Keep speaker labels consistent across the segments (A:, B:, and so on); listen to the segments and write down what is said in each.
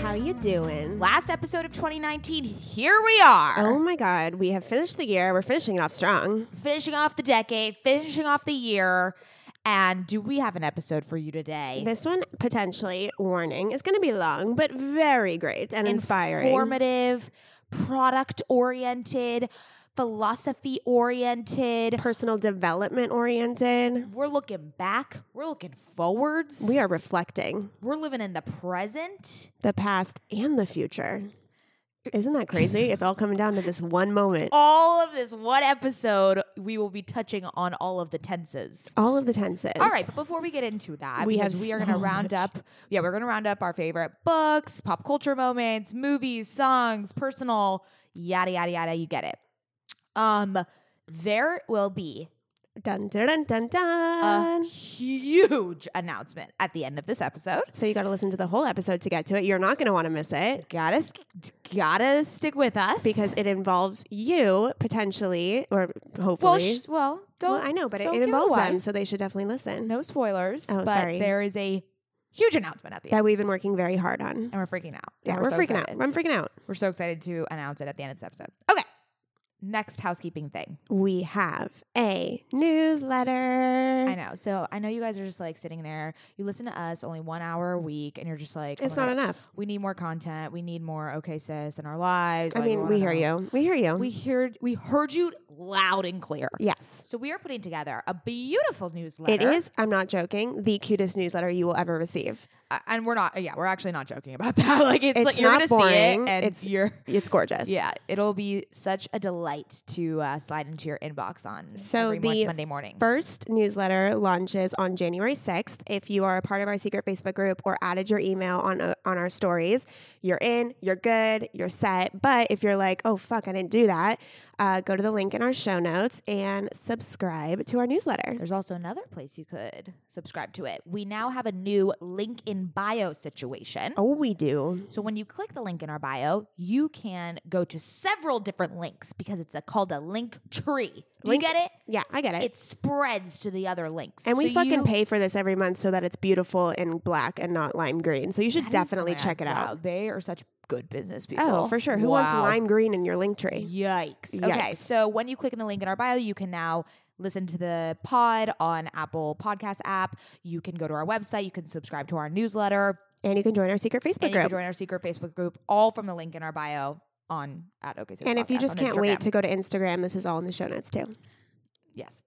A: How you doing?
B: Last episode of 2019, here we are.
A: Oh my god, we have finished the year. We're finishing it off strong.
B: Finishing off the decade, finishing off the year. And do we have an episode for you today?
A: This one, potentially, warning, is going to be long, but very great and inspiring.
B: Informative, product oriented philosophy oriented,
A: personal development oriented.
B: We're looking back, we're looking forwards.
A: We are reflecting.
B: We're living in the present,
A: the past, and the future. Isn't that crazy? it's all coming down to this one moment.
B: All of this one episode, we will be touching on all of the tenses.
A: All of the tenses.
B: All right, but before we get into that, we have we are so going to round much. up. Yeah, we're going to round up our favorite books, pop culture moments, movies, songs, personal, yada yada yada. You get it. Um, there will be
A: dun dun dun dun dun
B: a huge announcement at the end of this episode.
A: So you got to listen to the whole episode to get to it. You're not going to want to miss it.
B: Gotta gotta stick with us
A: because it involves you potentially or hopefully.
B: Well, sh- well don't.
A: Well, I know, but it, it involves them, so they should definitely listen.
B: No spoilers.
A: Oh,
B: but
A: sorry.
B: There is a huge announcement at the
A: that
B: end.
A: we've been working very hard on,
B: and we're freaking out.
A: Yeah,
B: and
A: we're,
B: so
A: freaking
B: excited.
A: out. I'm freaking out.
B: We're so excited to announce it at the end of this episode. Okay next housekeeping thing.
A: We have a newsletter. Mm.
B: I know. So I know you guys are just like sitting there. You listen to us only one hour a week, and you're just like,
A: it's
B: oh
A: not
B: God,
A: enough.
B: We need more content. We need more okay sis in our lives.
A: I
B: Like,
A: mean,
B: wanna
A: we hear
B: know.
A: you. We hear you.
B: We heard we heard you loud and clear.
A: yes.
B: So we are putting together a beautiful newsletter.
A: It is, I'm not joking, the cutest newsletter you will ever receive.
B: Uh, and we're not. Yeah, we're actually not joking about that. Like it's,
A: It's
B: like you're
A: not
B: gonna see it,
A: boring.
B: and
A: It's-
B: you're.
A: It's gorgeous.
B: Yeah, it'll be such a delight to uh, slide into your inbox on
A: So
B: every mon-
A: the
B: Monday morning.
A: First newsletter launches on January 6th. If you are a part of our secret Facebook group or added your email on uh, on our stories, you're in, you're good, you're set. But if you're like, oh fuck, I didn't do that, uh, go to the link in our show notes and subscribe to our newsletter.
B: There's also another place you could subscribe to it. We now have a new link in bio situation.
A: Oh, we do.
B: So when you click the link in our bio, you can go to several different links because it's a, called a link tree. Do
A: Link-
B: you get it?
A: Yeah, I get it.
B: It spreads to the other links.
A: and we
B: So
A: fucking
B: you-
A: pay for this every month so that it's beautiful and black and not lime green. So you should
B: That is
A: definitely
B: grand.
A: check it
B: Wow,
A: out.
B: they are such good business people.
A: Oh, for sure. Who wants
B: Wow.
A: lime green in your link tree?
B: Yikes. Okay,
A: Yikes.
B: so when you click on the link in our bio, you can now listen to the pod on Apple Podcast app. You can go to our website. You can subscribe to our newsletter.
A: And you can join our secret Facebook
B: and you
A: group.
B: can join our secret Facebook group, all from the link in our bio on at OK.
A: And if you just can't wait to go to Instagram, this is all in the show notes too.
B: yes,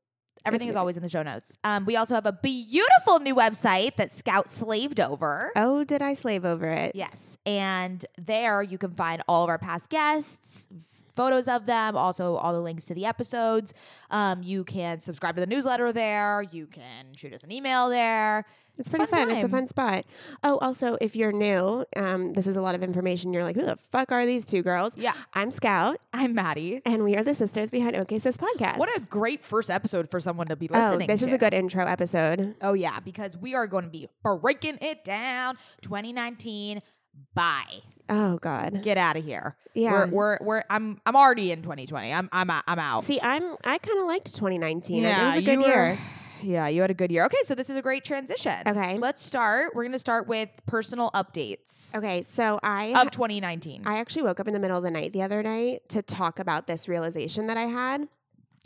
B: Everything is always in the show notes. Um, we also have a beautiful new website that Scout slaved over.
A: Oh, did I slave over it?
B: Yes. And there you can find all of our past guests, photos of them, also all the links to the episodes. Um, you can subscribe to the newsletter there. You can shoot us an email there.
A: It's pretty
B: fun
A: fun. It's a
B: time.
A: fun spot. Oh, also, if you're new, um, this is a lot of information. You're like, who the fuck are these two girls?
B: Yeah.
A: I'm Scout,
B: I'm Maddie.
A: and we are the sisters behind OK Sis Podcast.
B: What a great first episode for someone to be
A: oh,
B: listening
A: this is
B: to.
A: a good intro episode.
B: Oh, yeah, because we are going to be breaking it down 2019. Bye.
A: Oh God.
B: Get out of here. We're,
A: Yeah.
B: we're, we're, I'm, I'm already in 2020. I'm, I'm, out- I'm out.
A: See, I'm I kind of liked 2019. it was a good
B: you were-
A: year.
B: yeah, you had a good year. Okay, so this is a great transition.
A: Okay.
B: Let's start. We're going to start with personal updates
A: Okay, so I
B: of 2019.
A: I actually woke up in the middle of the night the other night to talk about this realization that I had.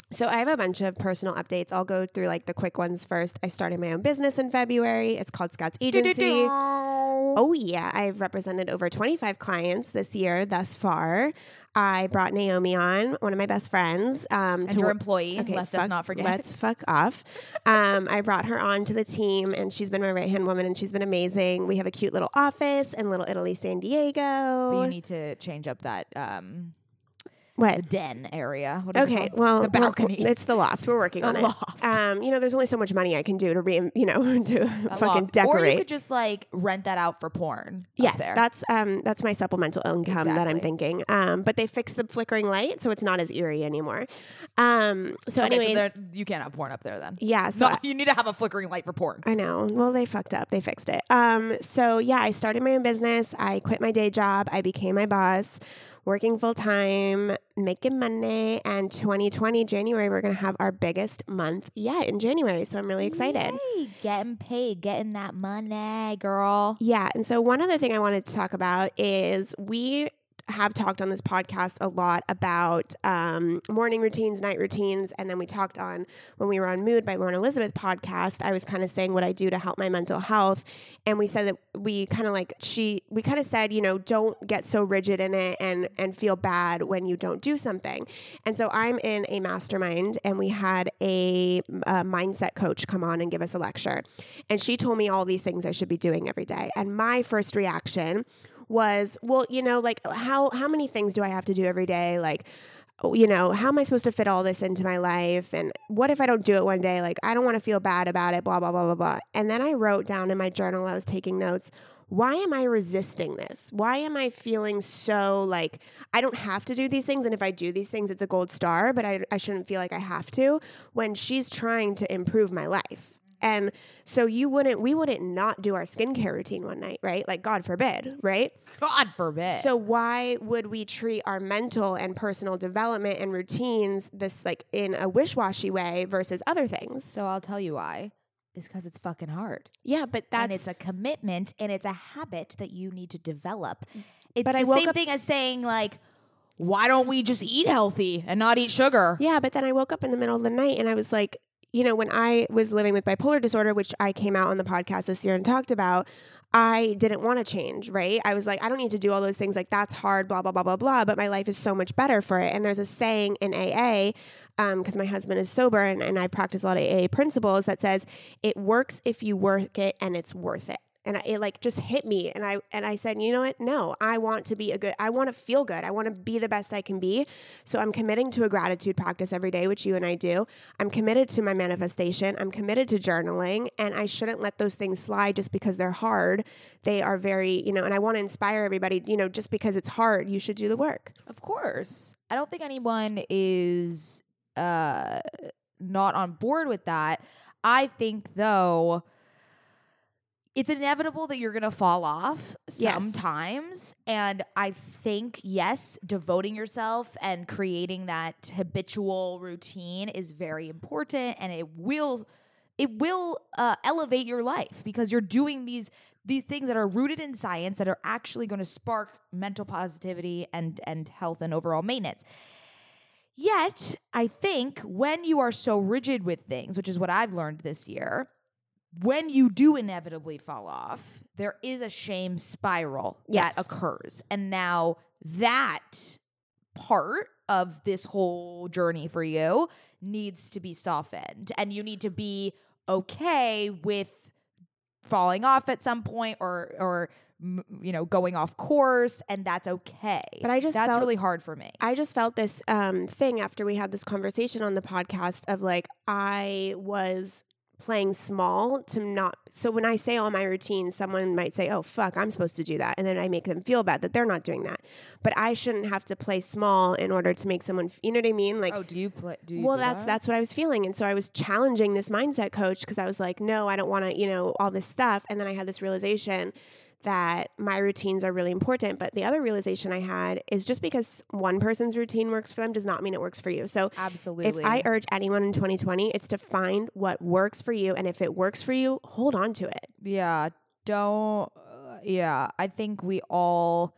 A: So I have a bunch of personal updates. I'll go through like the quick ones first. I started my own business in February. It's called Scouts Agency.
B: Oh,
A: Oh yeah, I've represented over 25 clients this year thus far. I brought Naomi on, one of my best friends, um,
B: and
A: to
B: your
A: work.
B: employee.
A: Okay,
B: Let's us
A: fuck-
B: not forget.
A: Let's fuck off. Um, I brought her on to the team, and she's been my right hand woman, and she's been amazing. We have a cute little office in Little Italy, San
B: But you
A: Diego.
B: need to change up that um,
A: What?
B: the den area. What is it
A: Okay,
B: called?
A: well,
B: the
A: we're-
B: balcony.
A: It's the loft. We're working
B: The
A: on it.
B: loft.
A: Um, you know, there's only so much money I can do to re, you know, to
B: A
A: fucking
B: loft. Or you
A: decorate.
B: could just like rent that out for porn. up
A: Yes,
B: there.
A: that's um, that's my supplemental income that I'm
B: Exactly.
A: thinking. Um, but they fixed the flickering light, so it's not as eerie anymore. Um, so,
B: okay,
A: anyways,
B: so there, you can't have porn up there then.
A: yeah. So
B: no, you need to have a flickering light for porn.
A: I know. Well, they fucked up. They fixed it. Um, so yeah, I started my own business. I quit my day job. I became my boss, working full time, making money. And 2020 January, we're gonna have our biggest month yet in January. So I'm really excited.
B: Yay, getting paid, getting that money, girl.
A: Yeah. And so, one other thing I wanted to talk about is we have talked on this podcast a lot about um, morning routines, night routines. And then we talked on when we were on Mood by Lauren Elizabeth podcast. I was kind of saying what I do to help my mental health. And we said that we kind of like, she, we kind of said, you know, don't get so rigid in it and, and feel bad when you don't do something. And so I'm in a mastermind and we had a, a mindset coach come on and give us a lecture. And she told me all these things I should be doing every day. And my first reaction was, well, you know, like how how many things do I have to do every day? Like oh, you know, how am I supposed to fit all this into my life? And what if I don't do it one day? Like, I don't want to feel bad about it, blah, blah, blah, blah, blah. And then I wrote down in my journal, I was taking notes, why am I resisting this? Why am I feeling so like I don't have to do these things? And if I do these things, it's a gold star, but I, I shouldn't feel like I have to when she's trying to improve my life. And so you wouldn't, we wouldn't not do our skincare routine one night, right? Like, God forbid, right?
B: God forbid.
A: So why would we treat our mental and personal development and routines this like in a wishy-washy way versus other things?
B: So I'll tell you why. Is because it's fucking hard.
A: Yeah, but
B: and it's
A: that's
B: a commitment and it's a habit that you need to develop. It's
A: Mm, But
B: the
A: I woke
B: same
A: up-
B: thing as saying, like, why don't we just eat healthy and not eat sugar?
A: yeah. But then I woke up in the middle of the night and I was like, you know, when I was living with bipolar disorder, which I came out on the podcast this year and talked about, I didn't want to change, right? I was like, I don't need to do all those things. Like that's hard, blah blah blah blah blah. But my life is so much better for it. And there's a saying in AA because um, my husband is sober and, and I practice a lot of AA principles that says it works if you work it and it's worth it. And I, it like just hit me, and I and I said, you know what? No, I want to be a good. I want to feel good. I want to be the best I can be. So I'm committing to a gratitude practice every day, which you and I do. I'm committed to my manifestation. I'm committed to journaling, and I shouldn't let those things slide just because they're hard. They are very, you know. And I want to inspire everybody. You know, just because it's hard, you should do the work.
B: Of course. I don't think anyone is uh, not on board with that. I think, though, it's inevitable that you're going to fall off
A: Yes.
B: sometimes. And I think, yes, devoting yourself and creating that habitual routine is very important and it will. It will uh, elevate your life because you're doing these these things that are rooted in science that are actually going to spark mental positivity and and health and overall maintenance. Yet, I think when you are so rigid with things, which is what I've learned this year, when you do inevitably fall off, there is a shame spiral
A: Yes.
B: that occurs. And now that part of this whole journey for you needs to be softened and you need to be okay with falling off at some point or or m- you know going off course and that's okay
A: But I just
B: that's
A: felt-
B: really hard for me
A: I just felt this um, thing after we had this conversation on the podcast of like, I was playing small to not. So when I say all my routines, someone might say, oh, fuck, I'm supposed to do that. And then I make them feel bad that they're not doing that. But I shouldn't have to play small in order to make someone, f- you know what I mean? Like,
B: oh do you play do you
A: well
B: do
A: that's
B: that?
A: that's what i was feeling and so i was challenging this mindset coach because i was like no i don't want to you know all this stuff and then i had this realization that my routines are really important but the other realization i had is just because one person's routine works for them does not mean it works for you so
B: absolutely
A: if i urge anyone in 2020 it's to find what works for you and if it works for you hold on to it
B: Yeah, don't. Uh, yeah, I think we all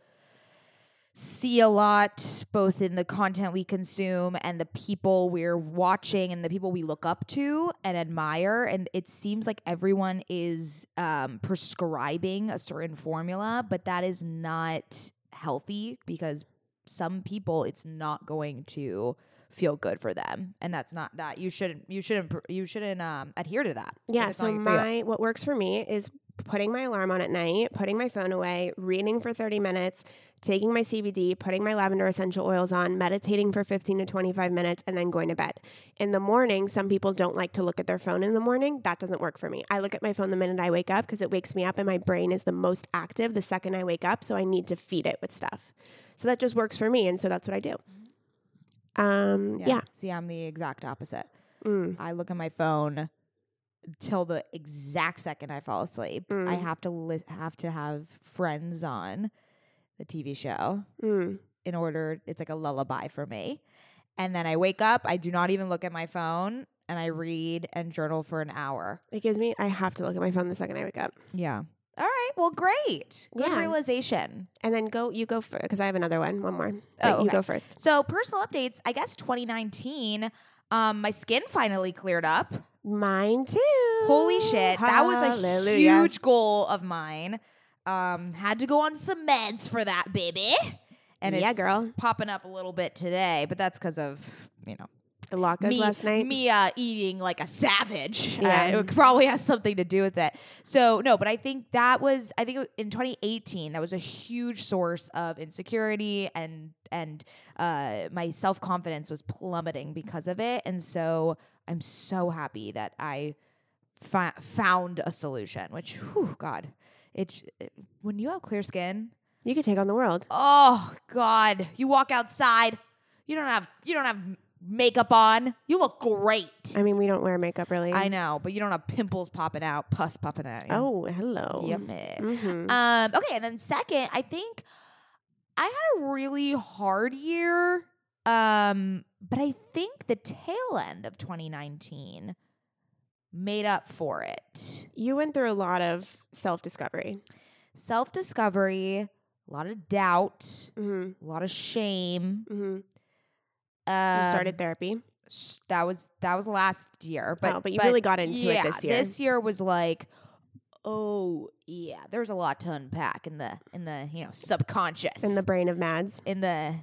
B: see a lot, both in the content we consume and the people we're watching and the people we look up to and admire. And it seems like everyone is um, prescribing a certain formula, but that is not healthy because some people it's not going to feel good for them and that's not that you shouldn't you shouldn't pr- you shouldn't um adhere to that if
A: Yeah.
B: it's not
A: So
B: good for you.
A: my what works for me is putting my alarm on at night, putting my phone away, reading for 30 minutes, taking my CBD, putting my lavender essential oils on, meditating for 15 to 25 minutes, and then going to bed. In the morning, some people don't like to look at their phone in the morning. That doesn't work for me. I look at my phone the minute I wake up because it wakes me up and my brain is the most active the second I wake up, so I need to feed it with stuff. So that just works for me, and so that's what I do. Um, yeah.
B: See, I'm the exact opposite.
A: Mm.
B: I look at my phone till the exact second I fall asleep. I
A: Mm.
B: have to li- have to have Friends on the TV show
A: Mm.
B: in order. It's like a lullaby for me. And then I wake up. I do not even look at my phone, and I read and journal for an hour.
A: It gives me. I have to look at my phone the second I wake up.
B: Yeah. All right. Well, great. Good
A: Yeah.
B: realization.
A: And then go, you go first, because I have another one, one more. But
B: Oh,
A: you
B: okay.
A: go first.
B: So, personal updates. I guess 2019. Um, my skin finally cleared up.
A: Mine too.
B: Holy shit. That was a
A: Hallelujah.
B: huge goal of mine. Um, had to go on some meds for that, baby. And
A: Yeah,
B: it's
A: girl.
B: popping up a little bit today, but that's because of, you know,
A: The latkes
B: me,
A: last night.
B: me uh, eating like a savage.
A: Yeah.
B: Uh, it probably has something to do with it. So no, but I think that was I think in 2018 that was a huge source of insecurity and and uh, my self confidence was plummeting because of it. And so I'm so happy that I fi- found a solution. Which, whew, God, it, it when you have clear skin,
A: You could take on the world.
B: Oh God! You walk outside, you don't have you don't have makeup on. You look great.
A: I mean, we don't wear makeup really.
B: I know, but you don't have pimples popping out, pus popping out. you know?
A: Oh, hello.
B: yummy.
A: Mhm.
B: Um, okay, and then second, I think I had a really hard year. Um, but I think the tail end of 2019 made up for it.
A: You went through a lot of self discovery.
B: Self discovery, a lot of doubt,
A: hmm
B: a lot of shame.
A: hmm
B: Um,
A: you started therapy.
B: s- that was that was last year. But
A: Oh, but you really got into it
B: yeah,
A: this year.
B: This year was like, oh yeah, there's a lot to unpack in the in the you know subconscious
A: In the brain of Mads.
B: in the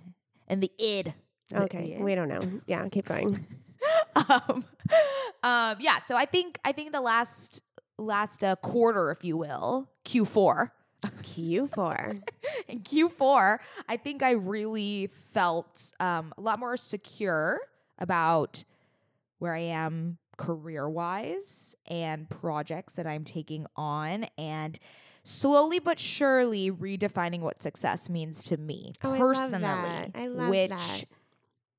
B: in the id. Is it
A: Okay.
B: the id?
A: We don't know. Yeah, keep going.
B: um, um, yeah. So I think I think the last last uh, quarter, if you will, Q4
A: Q4.
B: in Q4, I think I really felt um, a lot more secure about where I am career wise and projects that I'm taking on and slowly but surely redefining what success means to me
A: Oh, I love
B: personally.
A: that. I love
B: which
A: that.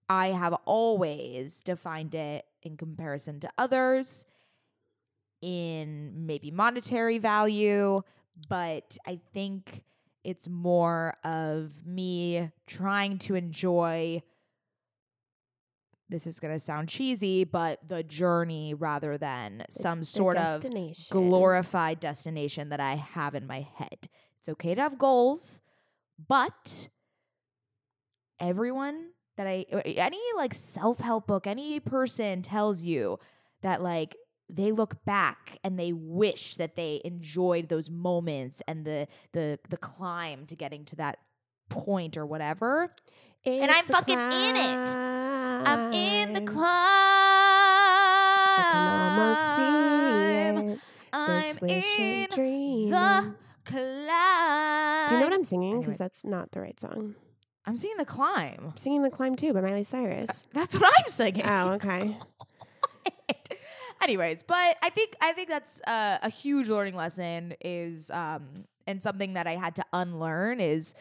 B: I have always defined it in comparison to others in maybe monetary value, but I think it's more of me trying to enjoy this is going to sound cheesy, but the journey rather than some sort
A: the
B: of
A: destination.
B: glorified destination that I have in my head. It's okay to have goals, but everyone that I uh, any like self-help book, any person tells you that like they look back and they wish that they enjoyed those moments and the the the climb to getting to that point or whatever.
A: It's
B: I'm
A: the
B: fucking in it. I'm in the
A: climb.
B: climb.
A: I can almost see it.
B: I'm
A: This wish
B: in
A: and dream.
B: the climb.
A: Do you know what I'm singing? Because
B: Anyways.
A: that's not the right song.
B: I'm seeing the climb.
A: I'm singing "The Climb" too by Miley Cyrus.
B: That's what I'm singing.
A: Oh, okay.
B: Anyways, but I think I think that's uh, a huge learning lesson is um and something that I had to unlearn is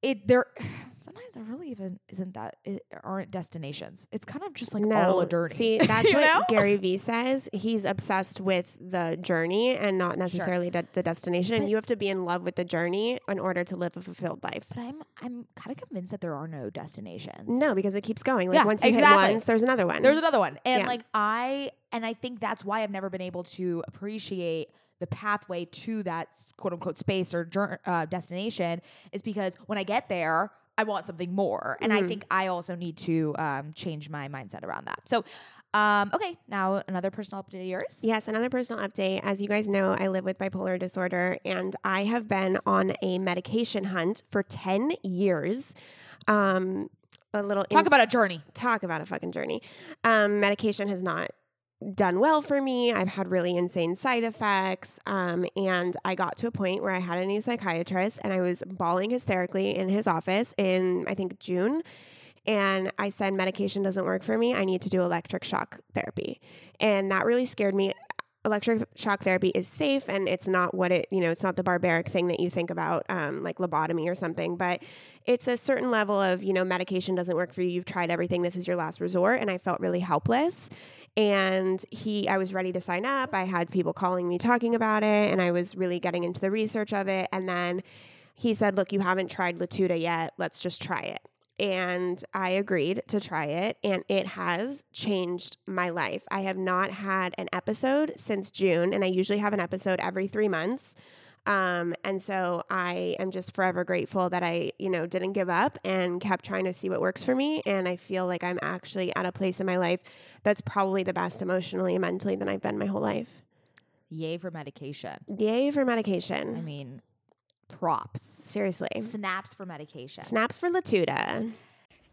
B: it there sometimes there really even isn't that it aren't destinations. It's kind of just like all a journey.
A: See, that's
B: you
A: what
B: know?
A: Gary Vee says. He's obsessed with the journey and not necessarily de- the destination.
B: But-
A: and you have to be in love with the journey in order to live a fulfilled life.
B: But I'm I'm kind of convinced that there are no destinations.
A: No, because it keeps going. Like
B: Yeah,
A: once you
B: exactly.
A: hit once, there's another one.
B: There's another one. And
A: Yeah.
B: like I and I think that's why I've never been able to appreciate the pathway to that s- quote unquote space or jour- uh, destination is because when I get there, I want something more. And I
A: Mhm.
B: think I also need to um, change my mindset around that. So, um, okay, now another personal update of yours.
A: Yes, another personal update. As you guys know, I live with bipolar disorder and I have been on a medication hunt for 10 years. Um, a little
B: Talk about a journey.
A: talk about a fucking journey. Um, medication has not done well for me. I've had really insane side effects. Um, and I got to a point where I had a new psychiatrist and I was bawling hysterically in his office in, I think, June. And I said, medication doesn't work for me. I need to do electric shock therapy. And that really scared me. Electric shock therapy is safe and it's not what it, you know, it's not the barbaric thing that you think about, um, like lobotomy or something, but it's a certain level of you know medication doesn't work for you you've tried everything this is your last resort and i felt really helpless and he i was ready to sign up i had people calling me talking about it and i was really getting into the research of it and then he said look you haven't tried latuda yet let's just try it and i agreed to try it and it has changed my life i have not had an episode since june and i usually have an episode every three months um, and so I am just forever grateful that I, you know, didn't give up and kept trying to see what works for me. And I feel like I'm actually at a place in my life that's probably the best emotionally and mentally than I've been my whole life.
B: Yay for medication.
A: Yay for
B: I
A: medication.
B: mean, props.
A: Seriously.
B: Snaps for medication.
A: Snaps for Latuda.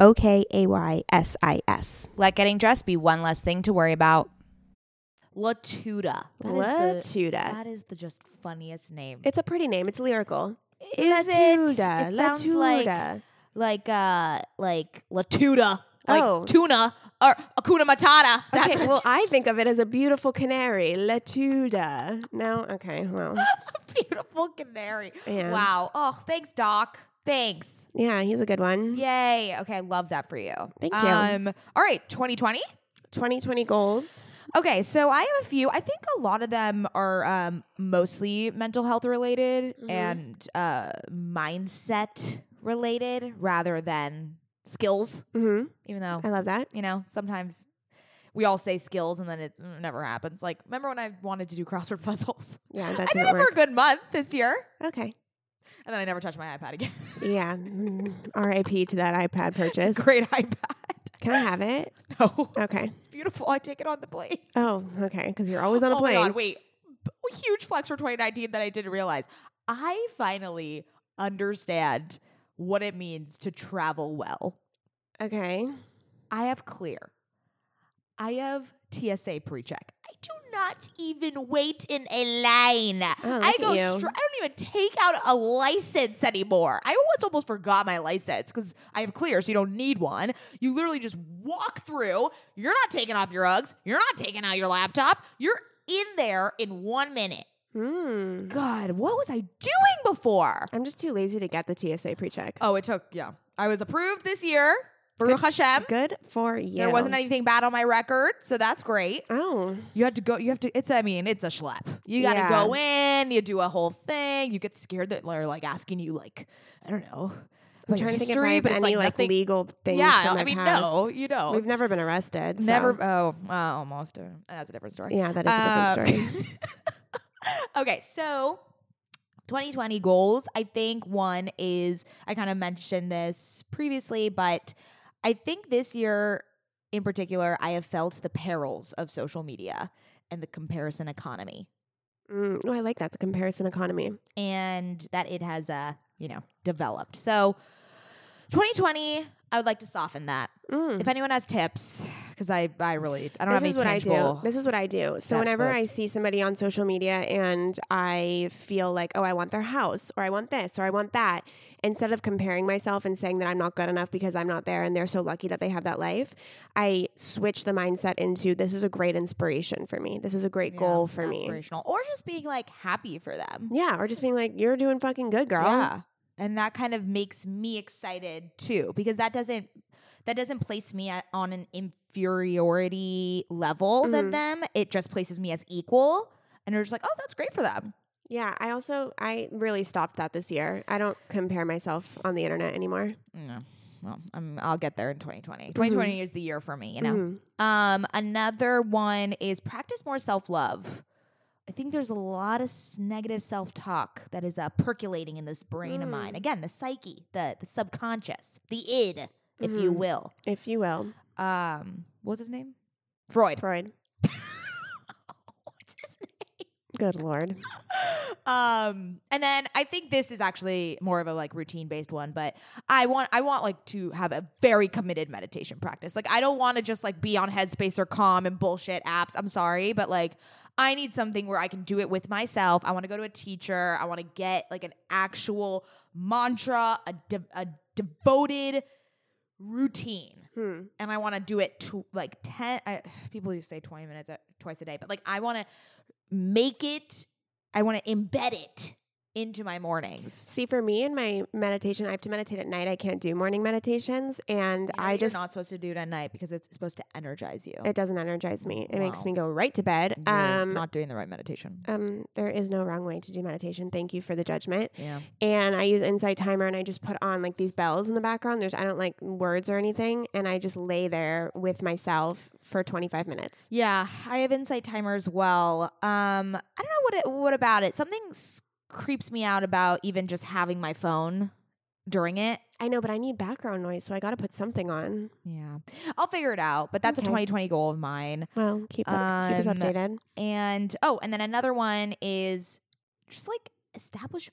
A: O K A Y S I S.
B: Let getting dressed be one less thing to worry about. Latuda. That is the-
A: Latuda.
B: That is the just funniest name.
A: It's a pretty name, it's lyrical.
B: Is it? It sounds like like uh like Latuda. Like
A: Oh.
B: tuna or akuna matata. That's
A: okay,
B: what
A: well, I think of it as a beautiful canary, Latuda. No, okay, well,
B: it's beautiful canary.
A: Yeah.
B: Wow. Oh, thanks, Doc. Thanks.
A: yeah, he's a good one.
B: Yay. Okay, I love that for you.
A: Thank you.
B: Um, all right, 2020.
A: 2020 goals.
B: Okay, so I have a few. I think a lot of them are um, mostly mental health related
A: Mm-hmm.
B: and uh, mindset related rather than skills,
A: hmm
B: even though,
A: I love that.
B: you know, sometimes we all say skills and then it mm, never happens. Like, remember when I wanted to do crossword puzzles?
A: Yeah, that
B: I did
A: didn't
B: it for
A: work.
B: a good month this year,
A: Okay.
B: and then I never touched my iPad again.
A: Yeah. mm, R.I.P. to that iPad purchase.
B: Great iPad.
A: Can I have it?
B: No.
A: Okay.
B: It's beautiful. I take it on the plane.
A: Oh, okay. Because you're always on a
B: oh
A: plane.
B: My God, wait. B- Huge flex for 2019 that I didn't realize. I finally understand what it means to travel well.
A: Okay.
B: I have clear. I have TSA pre-check. I do not even wait in a line. I
A: Oh, look at
B: go.
A: you.
B: Str- I don't even take out a license anymore. I almost almost forgot my license because I have clear, so you don't need one. You literally just walk through. You're not taking off your Uggs. You're not taking out your laptop. You're in there in one minute.
A: Hmm.
B: God, what was I doing before?
A: I'm just too lazy to get the TSA pre-check.
B: Oh, it took. Yeah, I was approved this year. Baruch Hashem.
A: Good for you.
B: There wasn't anything bad on my record, so that's great.
A: Oh.
B: You had to go. You have to. It's. I mean, it's a schlep. You got to
A: Yeah.
B: go in. You do a whole thing. You get scared that they're like asking you like, I don't know.
A: I'm
B: about your
A: trying to think if I
B: history,
A: have
B: but it's,
A: any like,
B: nothing-
A: legal things.
B: Yeah,
A: from my
B: I mean,
A: past.
B: no, you know,
A: We've never been arrested. so-
B: never. Oh, uh, almost. uh, That's a different story.
A: Yeah, that is a different story.
B: Uh, okay, so 2020 goals. I think one is I kind of mentioned this previously, but I think this year in particular, I have felt the perils of social media and the comparison economy,
A: Mm, no, I like that. The comparison economy.
B: and that it has uh, you know developed. So 2020, I would like to soften that.
A: Mm.
B: If anyone has tips, because I I really I don't have
A: This
B: any
A: is what I do.
B: tangible-
A: This is what I do. So
B: steps
A: whenever I
B: first.
A: see somebody on social media and I feel like, oh, I want their house or I want this or I want that, instead of comparing myself and saying that I'm not good enough because I'm not there and they're so lucky that they have that life, I switch the mindset into this is a great inspiration for me. This is a great
B: Yeah,
A: goal for me.
B: aspirational. or just being like happy for them.
A: Yeah, or just being like, you're doing fucking good, girl.
B: Yeah. And that kind of makes me excited too because that doesn't that doesn't place me at, on an inferiority level than
A: Mhm.
B: them. It just places me as equal and they're just like, "Oh, that's great for them."
A: Yeah, I also I really stopped that this year. I don't compare myself on the internet anymore.
B: Mm, Yeah. Well, I'm, I'll get there in 2020.
A: Mm-hmm.
B: 2020 is the year for me, you know.
A: Mhm.
B: Um, another one is practice more self love. I think there's a lot of s- negative self talk that is uh, percolating in this brain of mine. Again, the psyche, the the subconscious, the id, if you
A: Mhm.
B: will.
A: if you will,
B: Um, what's his name? Freud.
A: Freud.
B: What's his name?
C: Good lord.
B: Um, and then I think this is actually more of a like routine based one, but I want I want like to have a very committed meditation practice. Like I don't want to just like be on Headspace or Calm and bullshit apps. I'm sorry, but like I need something where I can do it with myself. I want to go to a teacher. I want to get like an actual mantra, a de- a devoted routine
C: Hmm.
B: and I want to do it to like 10 I, people who say 20 minutes uh, twice a day, but like I want to make it I want to embed it into my mornings.
C: See, for me in my meditation, I have to meditate at night. I can't do morning meditations, and
B: You know
C: I
B: you're
C: just
B: not supposed to do it at night because it's supposed to energize you.
C: it doesn't energize me. It makes
B: Wow.
C: me go right to bed.
B: You're
C: Um,
B: not doing the right meditation.
C: um, there is no wrong way to do meditation. Thank you for the judgment.
B: Yeah.
C: And I use Insight Timer, and I just put on like these bells in the background. There's I don't like words or anything, and I just lay there with myself for 25 minutes.
B: Yeah, I have insight timer as well. Um I don't know what it what about it. Something s- creeps me out about even just having my phone during it.
C: I know, but I need background noise, so I got to put something on.
B: Yeah. I'll figure it out, but that's
C: Okay.
B: a 2020 goal of mine.
C: Well, keep up, keep us
B: Um,
C: updated.
B: And oh, and then another one is just like establish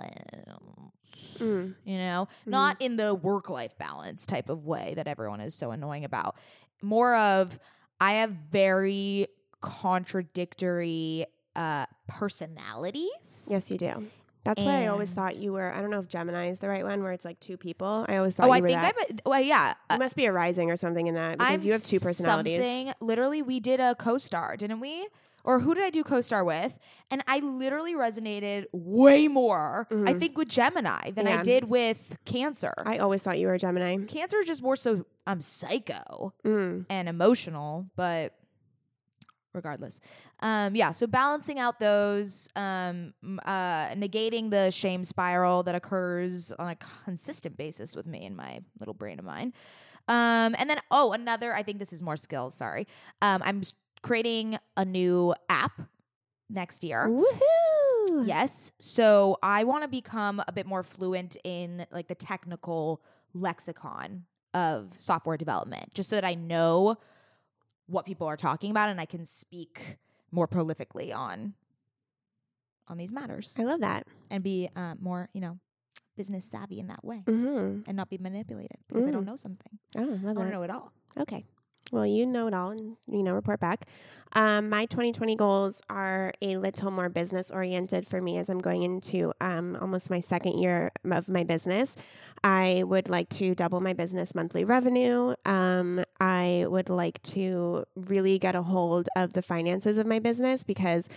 B: balance.
C: Mm. Mm-hmm.
B: You know, not in the work life balance type of way that everyone is so annoying about. More of I have very contradictory uh personalities. Oh,
C: Yes, you do. That's why I always
B: And-
C: thought you were. I don't know if Gemini is the right one, where it's like two people. I always thought.
B: Oh,
C: you
B: I
C: were
B: think
C: that.
B: I'm. a- Well, yeah.
C: You must be a rising or something in that because
B: I'm
C: you have two personalities.
B: Something literally, we did a co-star, didn't we? Or who did I do co-star with? And I literally resonated way more, I
C: Mhm.
B: think, with Gemini than
C: Yeah.
B: I did with Cancer.
C: I always thought you were a Gemini.
B: Cancer is just more so I'm psycho
C: Mm.
B: and emotional, but regardless, um, yeah. So balancing out those, um, m- uh, negating the shame spiral that occurs on a consistent basis with me in my little brain of mine, um, and then oh, another. I think this is more skills. Sorry, um, I'm s- creating a new app next year.
C: Woohoo!
B: Yes. So I want to become a bit more fluent in like the technical lexicon of software development, just so that I know what people are talking about and I can speak more prolifically on on these matters
C: I love that.
B: and be uh, more, you know, business savvy in that way
C: Mm-hmm.
B: and not be manipulated because I don't know something.
C: Oh, love
B: I
C: that.
B: don't know it all.
C: Okay. Well, you know it all and you know, report back. Um, my 2020 goals are a little more business oriented for me as I'm going into um, almost my second year of my business. I would like to double my business monthly revenue. Um, I would like to really get a hold of the finances of my business because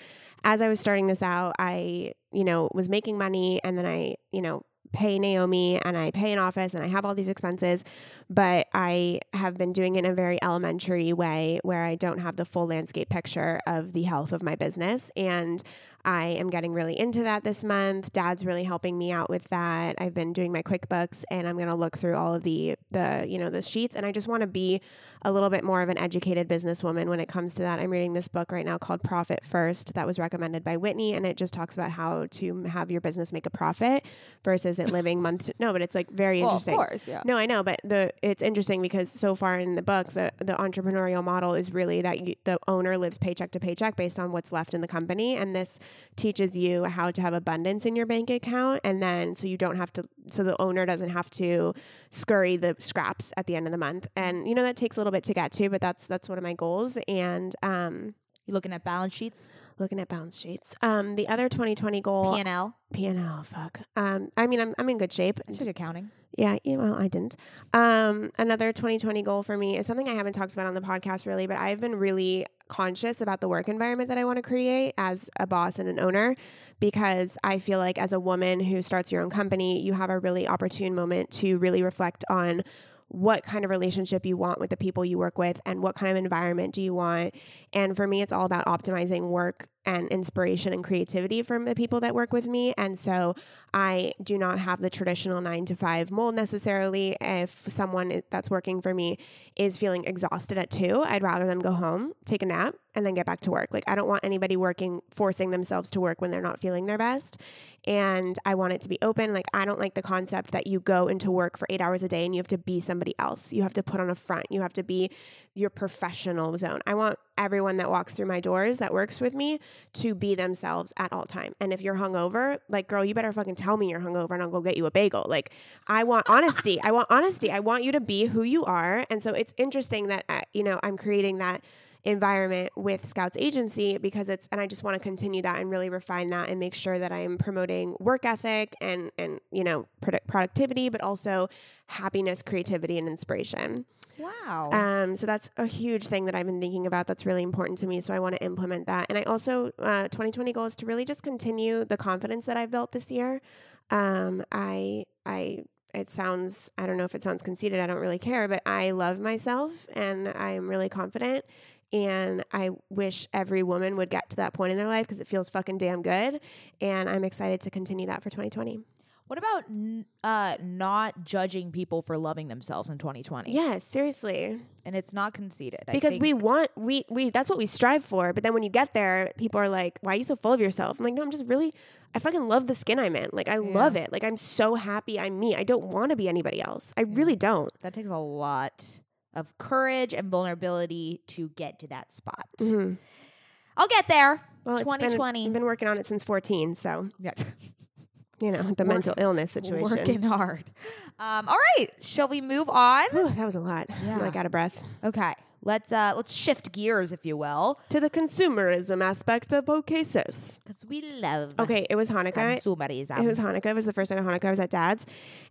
C: as I was starting this out, I, you know, was making money and then I, you know, pay Naomi and I pay an office and I have all these expenses but I have been doing it in a very elementary way where I don't have the full landscape picture of the health of my business. And I am getting really into that this month. Dad's really helping me out with that. I've been doing my QuickBooks and I'm going to look through all of the the, you know, the sheets and I just want to be a little bit more of an educated businesswoman when it comes to that. I'm reading this book right now called Profit First that was recommended by Whitney and it just talks about how to have your business make a profit versus it living month to, No, but it's like very
B: Well, of
C: interesting.
B: course, yeah.
C: No, I know, but the it's interesting because so far in the book, the the entrepreneurial model is really that you, the owner lives paycheck to paycheck based on what's left in the company, and this teaches you how to have abundance in your bank account, and then so you don't have to, so the owner doesn't have to scurry the scraps at the end of the month, and you know that takes a little bit to get to, but that's that's one of my goals, and um,
B: You looking at balance sheets,
C: looking at balance sheets, um, the other 2020 goal,
B: P and L.
C: P&L, fuck, um, I mean I'm I'm in good shape,
B: I took accounting.
C: yeah, yeah, well, I didn't. Um, another 2020 goal for me is something I haven't talked about on the podcast really, but I've been really conscious about the work environment that I want to create as a boss and an owner because I feel like as a woman who starts your own company, you have a really opportune moment to really reflect on what kind of relationship you want with the people you work with and what kind of environment do you want. And for me, it's all about optimizing work and inspiration and creativity from the people that work with me. And so I do not have the traditional nine to five mold necessarily. If someone i- that's working for me is feeling exhausted at two, I'd rather them go home, take a nap, and then get back to work. Like, I don't want anybody working, forcing themselves to work when they're not feeling their best. And I want it to be open. Like, I don't like the concept that you go into work for eight hours a day and you have to be somebody else. You have to put on a front, you have to be your professional zone. I want everyone that walks through my doors that works with me to be themselves at all time. And if you're hungover, like girl, you better fucking tell me you're hungover and I'll go get you a bagel. Like I want honesty. I want honesty. I want you to be who you are. And so it's interesting that uh, you know, I'm creating that environment with Scouts Agency because it's and I just want to continue that and really refine that and make sure that I'm promoting work ethic and and you know, product productivity but also happiness, creativity and inspiration.
B: Wow.
C: Um, so that's a huge thing that I've been thinking about. That's really important to me. So I want to implement that. And I also, uh, 2020 goal is to really just continue the confidence that I've built this year. Um, I, I, it sounds, I don't know if it sounds conceited. I don't really care, but I love myself and I'm really confident. And I wish every woman would get to that point in their life because it feels fucking damn good. And I'm excited to continue that for 2020.
B: what about n- uh, not judging people for loving themselves in 2020?
C: Yes, seriously.
B: And it's not conceited.
C: because
B: I think
C: we want we we that's what we strive for but then when you get there people are like why are you so full of yourself i'm like no i'm just really i fucking love the skin i'm in like i love it like i'm so happy i'm me i don't want to be anybody else i
B: Mm.
C: really don't
B: that takes a lot of courage and vulnerability to get to that spot.
C: Mhm.
B: I'll get there.
C: well it's been-
B: 2020.
C: i've been working on it since 14 so
B: Yeah.
C: you know the mental illness situation
B: Working hard. Um, all right. Shall we move on?
C: Whew, that was a lot
B: Yeah.
C: i'm like out of breath
B: Okay. Let's uh let's shift gears, if you will.
C: to the consumerism aspect of ocasis
B: Because we love
C: okay it was hanukkah
B: consumerism.
C: It was Hanukkah. It was the first night of Hanukkah. I was at dad's.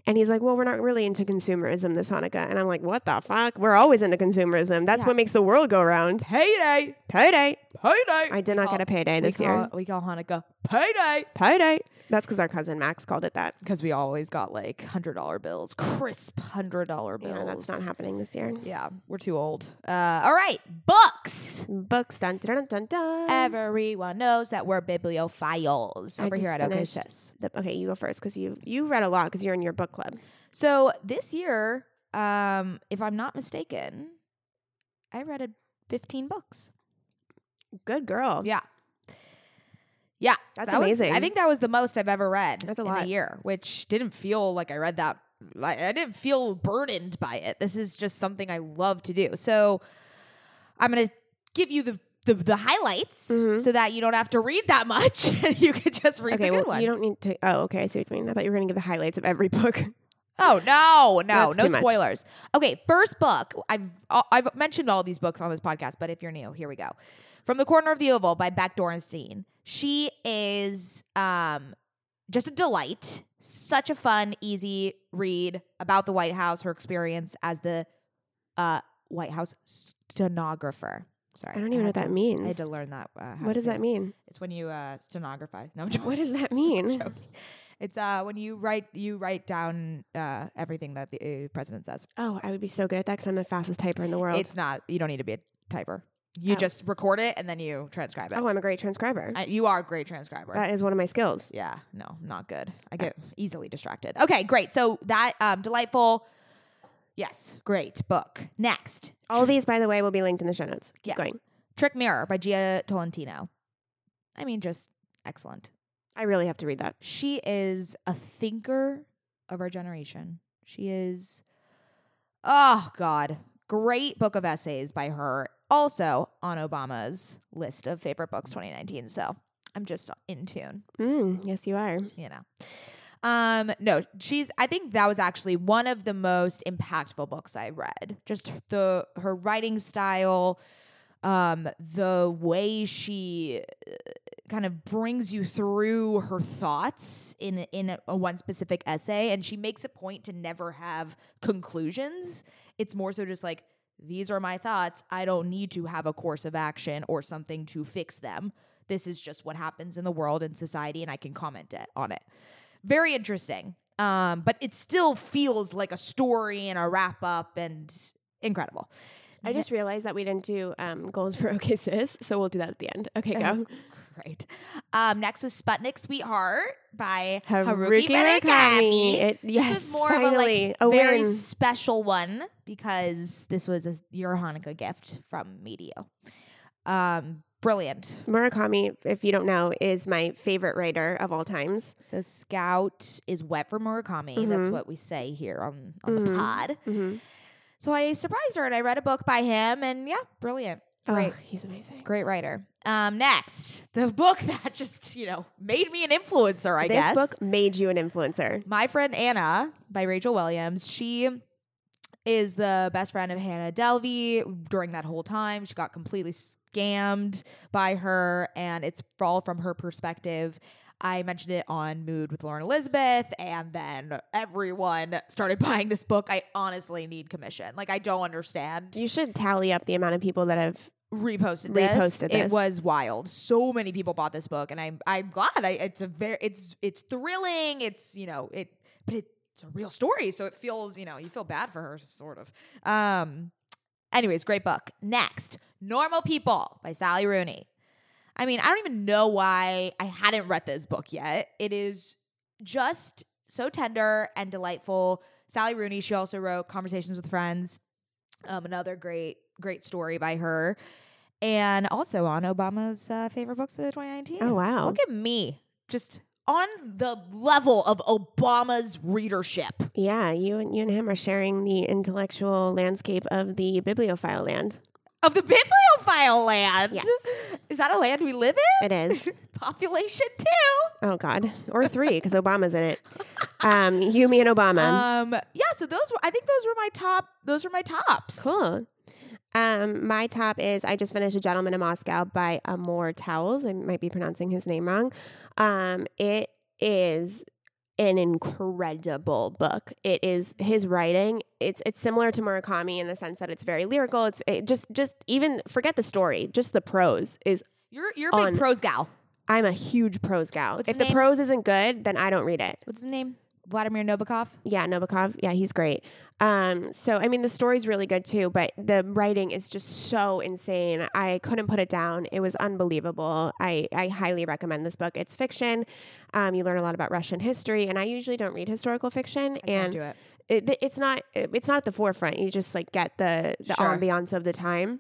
C: And he's like, Well, we're not really into consumerism this Hanukkah. And I'm like, What the fuck? We're always into consumerism. That's
B: Yeah.
C: what makes the world go round.
B: payday.
C: Payday.
B: Payday.
C: I did not get a payday
B: we
C: this
B: call,
C: year.
B: We call Hanukkah payday.
C: Payday. That's because our cousin Max called it that.
B: Because we always got like hundred dollar bills, crisp hundred dollar bills.
C: Yeah, that's not happening this year.
B: Yeah, we're too old. Uh, all right, books.
C: Books. Dun, dun, dun, dun.
B: Everyone knows that we're bibliophiles
C: I
B: over here
C: just
B: at
C: finished
B: OKSIS.
C: The- okay, you go first because you, you read a lot because you're in your book club.
B: So this year, um, if I'm not mistaken, I read a 15 books.
C: Good girl.
B: Yeah. Yeah,
C: That's
B: that was-
C: amazing.
B: I think that was the most I've ever read
C: That's a
B: in
C: lot.
B: a year, which didn't feel like I read that. Like, I didn't feel burdened by it. This is just something I love to do. So I'm gonna give you the the, the highlights
C: Mhm.
B: so that you don't have to read that much and you could just read
C: Okay,
B: the good
C: well,
B: ones.
C: you don't need to. Oh, okay. I see what you mean. I thought you were going to give the highlights of every book.
B: Oh no, no,
C: That's
B: no
C: too much.
B: spoilers. Okay, first book. I've uh, I've mentioned all these books on this podcast, but if you're new, here we go. From the Corner of the Oval by Beck Dorenstein. She is um just a delight. Such a fun, easy read about the White House, her experience as the uh, White House stenographer. Sorry,
C: I don't even know
B: had
C: what that
B: to- I
C: means.
B: had to learn that. Uh, how
C: What
B: to
C: does
B: say
C: that mean?
B: It's when you uh, stenographize. No, I'm joking.
C: What does that mean?
B: Joking. It's uh when you write you write down uh everything that the uh, president says.
C: Oh, I would be so good at that because I'm the fastest typer in the world.
B: It's not you don't need to be a typer. You
C: Oh.
B: just record it and then you transcribe it.
C: oh, I'm a great transcriber.
B: I, you are a great transcriber.
C: that is one of my skills.
B: yeah, no, not good. I get easily distracted. Okay, great. So that um delightful Yes, great book. Next,
C: All these, by the way, will be linked in the show notes. Keep
B: Yes.
C: going.
B: Trick Mirror by Gia Tolentino. I mean just excellent.
C: I really have to read that.
B: She is a thinker of our generation. She is, oh God, great book of essays by her. Also on Obama's list of favorite books 2019. So I'm just in tune,
C: Mm, yes, you are.
B: you know. Um, no, she's, I think that was actually one of the most impactful books I read. Just the, her writing style, um, the way she kind of brings you through her thoughts in in a, one specific essay and she makes a point to never have conclusions it's more so just like these are my thoughts i don't need to have a course of action or something to fix them this is just what happens in the world and society and i can comment it, on it very interesting um, but it still feels like a story and a wrap up and incredible
C: I just realized that we didn't do um, goals for OK Sis, so we'll do that at the end. Okay, go.
B: Great. Um, next was Sputnik Sweetheart by Haruki,
C: Haruki
B: Murakami.
C: It, yes,
B: this was more
C: finally.
B: of a
C: Oh,
B: like, very
C: we're in-
B: special one because this was a, your Hanukkah gift from Medio. Um, brilliant.
C: Murakami, if you don't know, is my favorite writer of all times.
B: So Scout is wet for Murakami. That's
C: Mhm.
B: what we say here on, on
C: Mhm.
B: the pod.
C: hmm
B: So I surprised her and I read a book by him and yeah, brilliant. Great.
C: Oh, he's amazing.
B: Great writer. Um, next, the book that just, you know, made me an influencer, I
C: this
B: guess.
C: book made you an influencer.
B: My Friend Anna by Rachel Williams. She is the best friend of Hannah Delvey during that whole time. She got completely scammed by her, and it's all from her perspective. I mentioned it on Mood with Lauren Elizabeth, and then everyone started buying this book. I honestly need commission. Like, I don't understand
C: You should tally up the amount of people that have.
B: reposted this.
C: Reposted
B: It
C: this.
B: was wild. So many people bought this book, and I'm I'm glad. I it's a very it's it's thrilling. It's you know it, but it, it's a real story, so it feels you know you feel bad for her sort of. Um. Anyways, great book. Next, Normal People by Sally Rooney. I mean, I don't even know why I hadn't read this book yet. It is just so tender and delightful. Sally Rooney, she also wrote Conversations with Friends, um, another great, great story by her. And also on Obama's uh, favorite books of 2019.
C: Oh wow!
B: Look at me, just on the level of Obama's readership.
C: Yeah, you and you and him are sharing the intellectual landscape of the bibliophile land.
B: Of the bibliophile land.
C: Yes.
B: Is that a land we live in?
C: It is.
B: Population two.
C: Oh God, or three because Obama's in it. Um, you, me, and Obama.
B: Um, yeah, so those were I think those were my top those were my tops.
C: cool. Um, my top is I just finished A Gentleman in Moscow by Amor Towles. I might be pronouncing his name wrong. Um, it is an incredible book. It is his writing. It's it's similar to Murakami in the sense that it's very lyrical. It's it just just even forget the story. Just the prose is.
B: You're you're a big
C: On-
B: prose gal.
C: I'm a huge prose gal.
B: What's
C: if
B: his
C: the
B: name?
C: prose isn't good, then I don't read it.
B: What's his name? Vladimir Nobokov.
C: Yeah, Nobokov. Yeah, he's great. Um, so I mean, the story's really good too, but the writing is just so insane. I couldn't put it down. It was unbelievable. I I highly recommend this book. It's fiction. Um, you learn a lot about Russian history, and I usually don't read historical fiction.
B: I can't
C: and
B: do it.
C: it, th- it's not it's not at the forefront. You just like get the the
B: Sure.
C: ambiance of the time.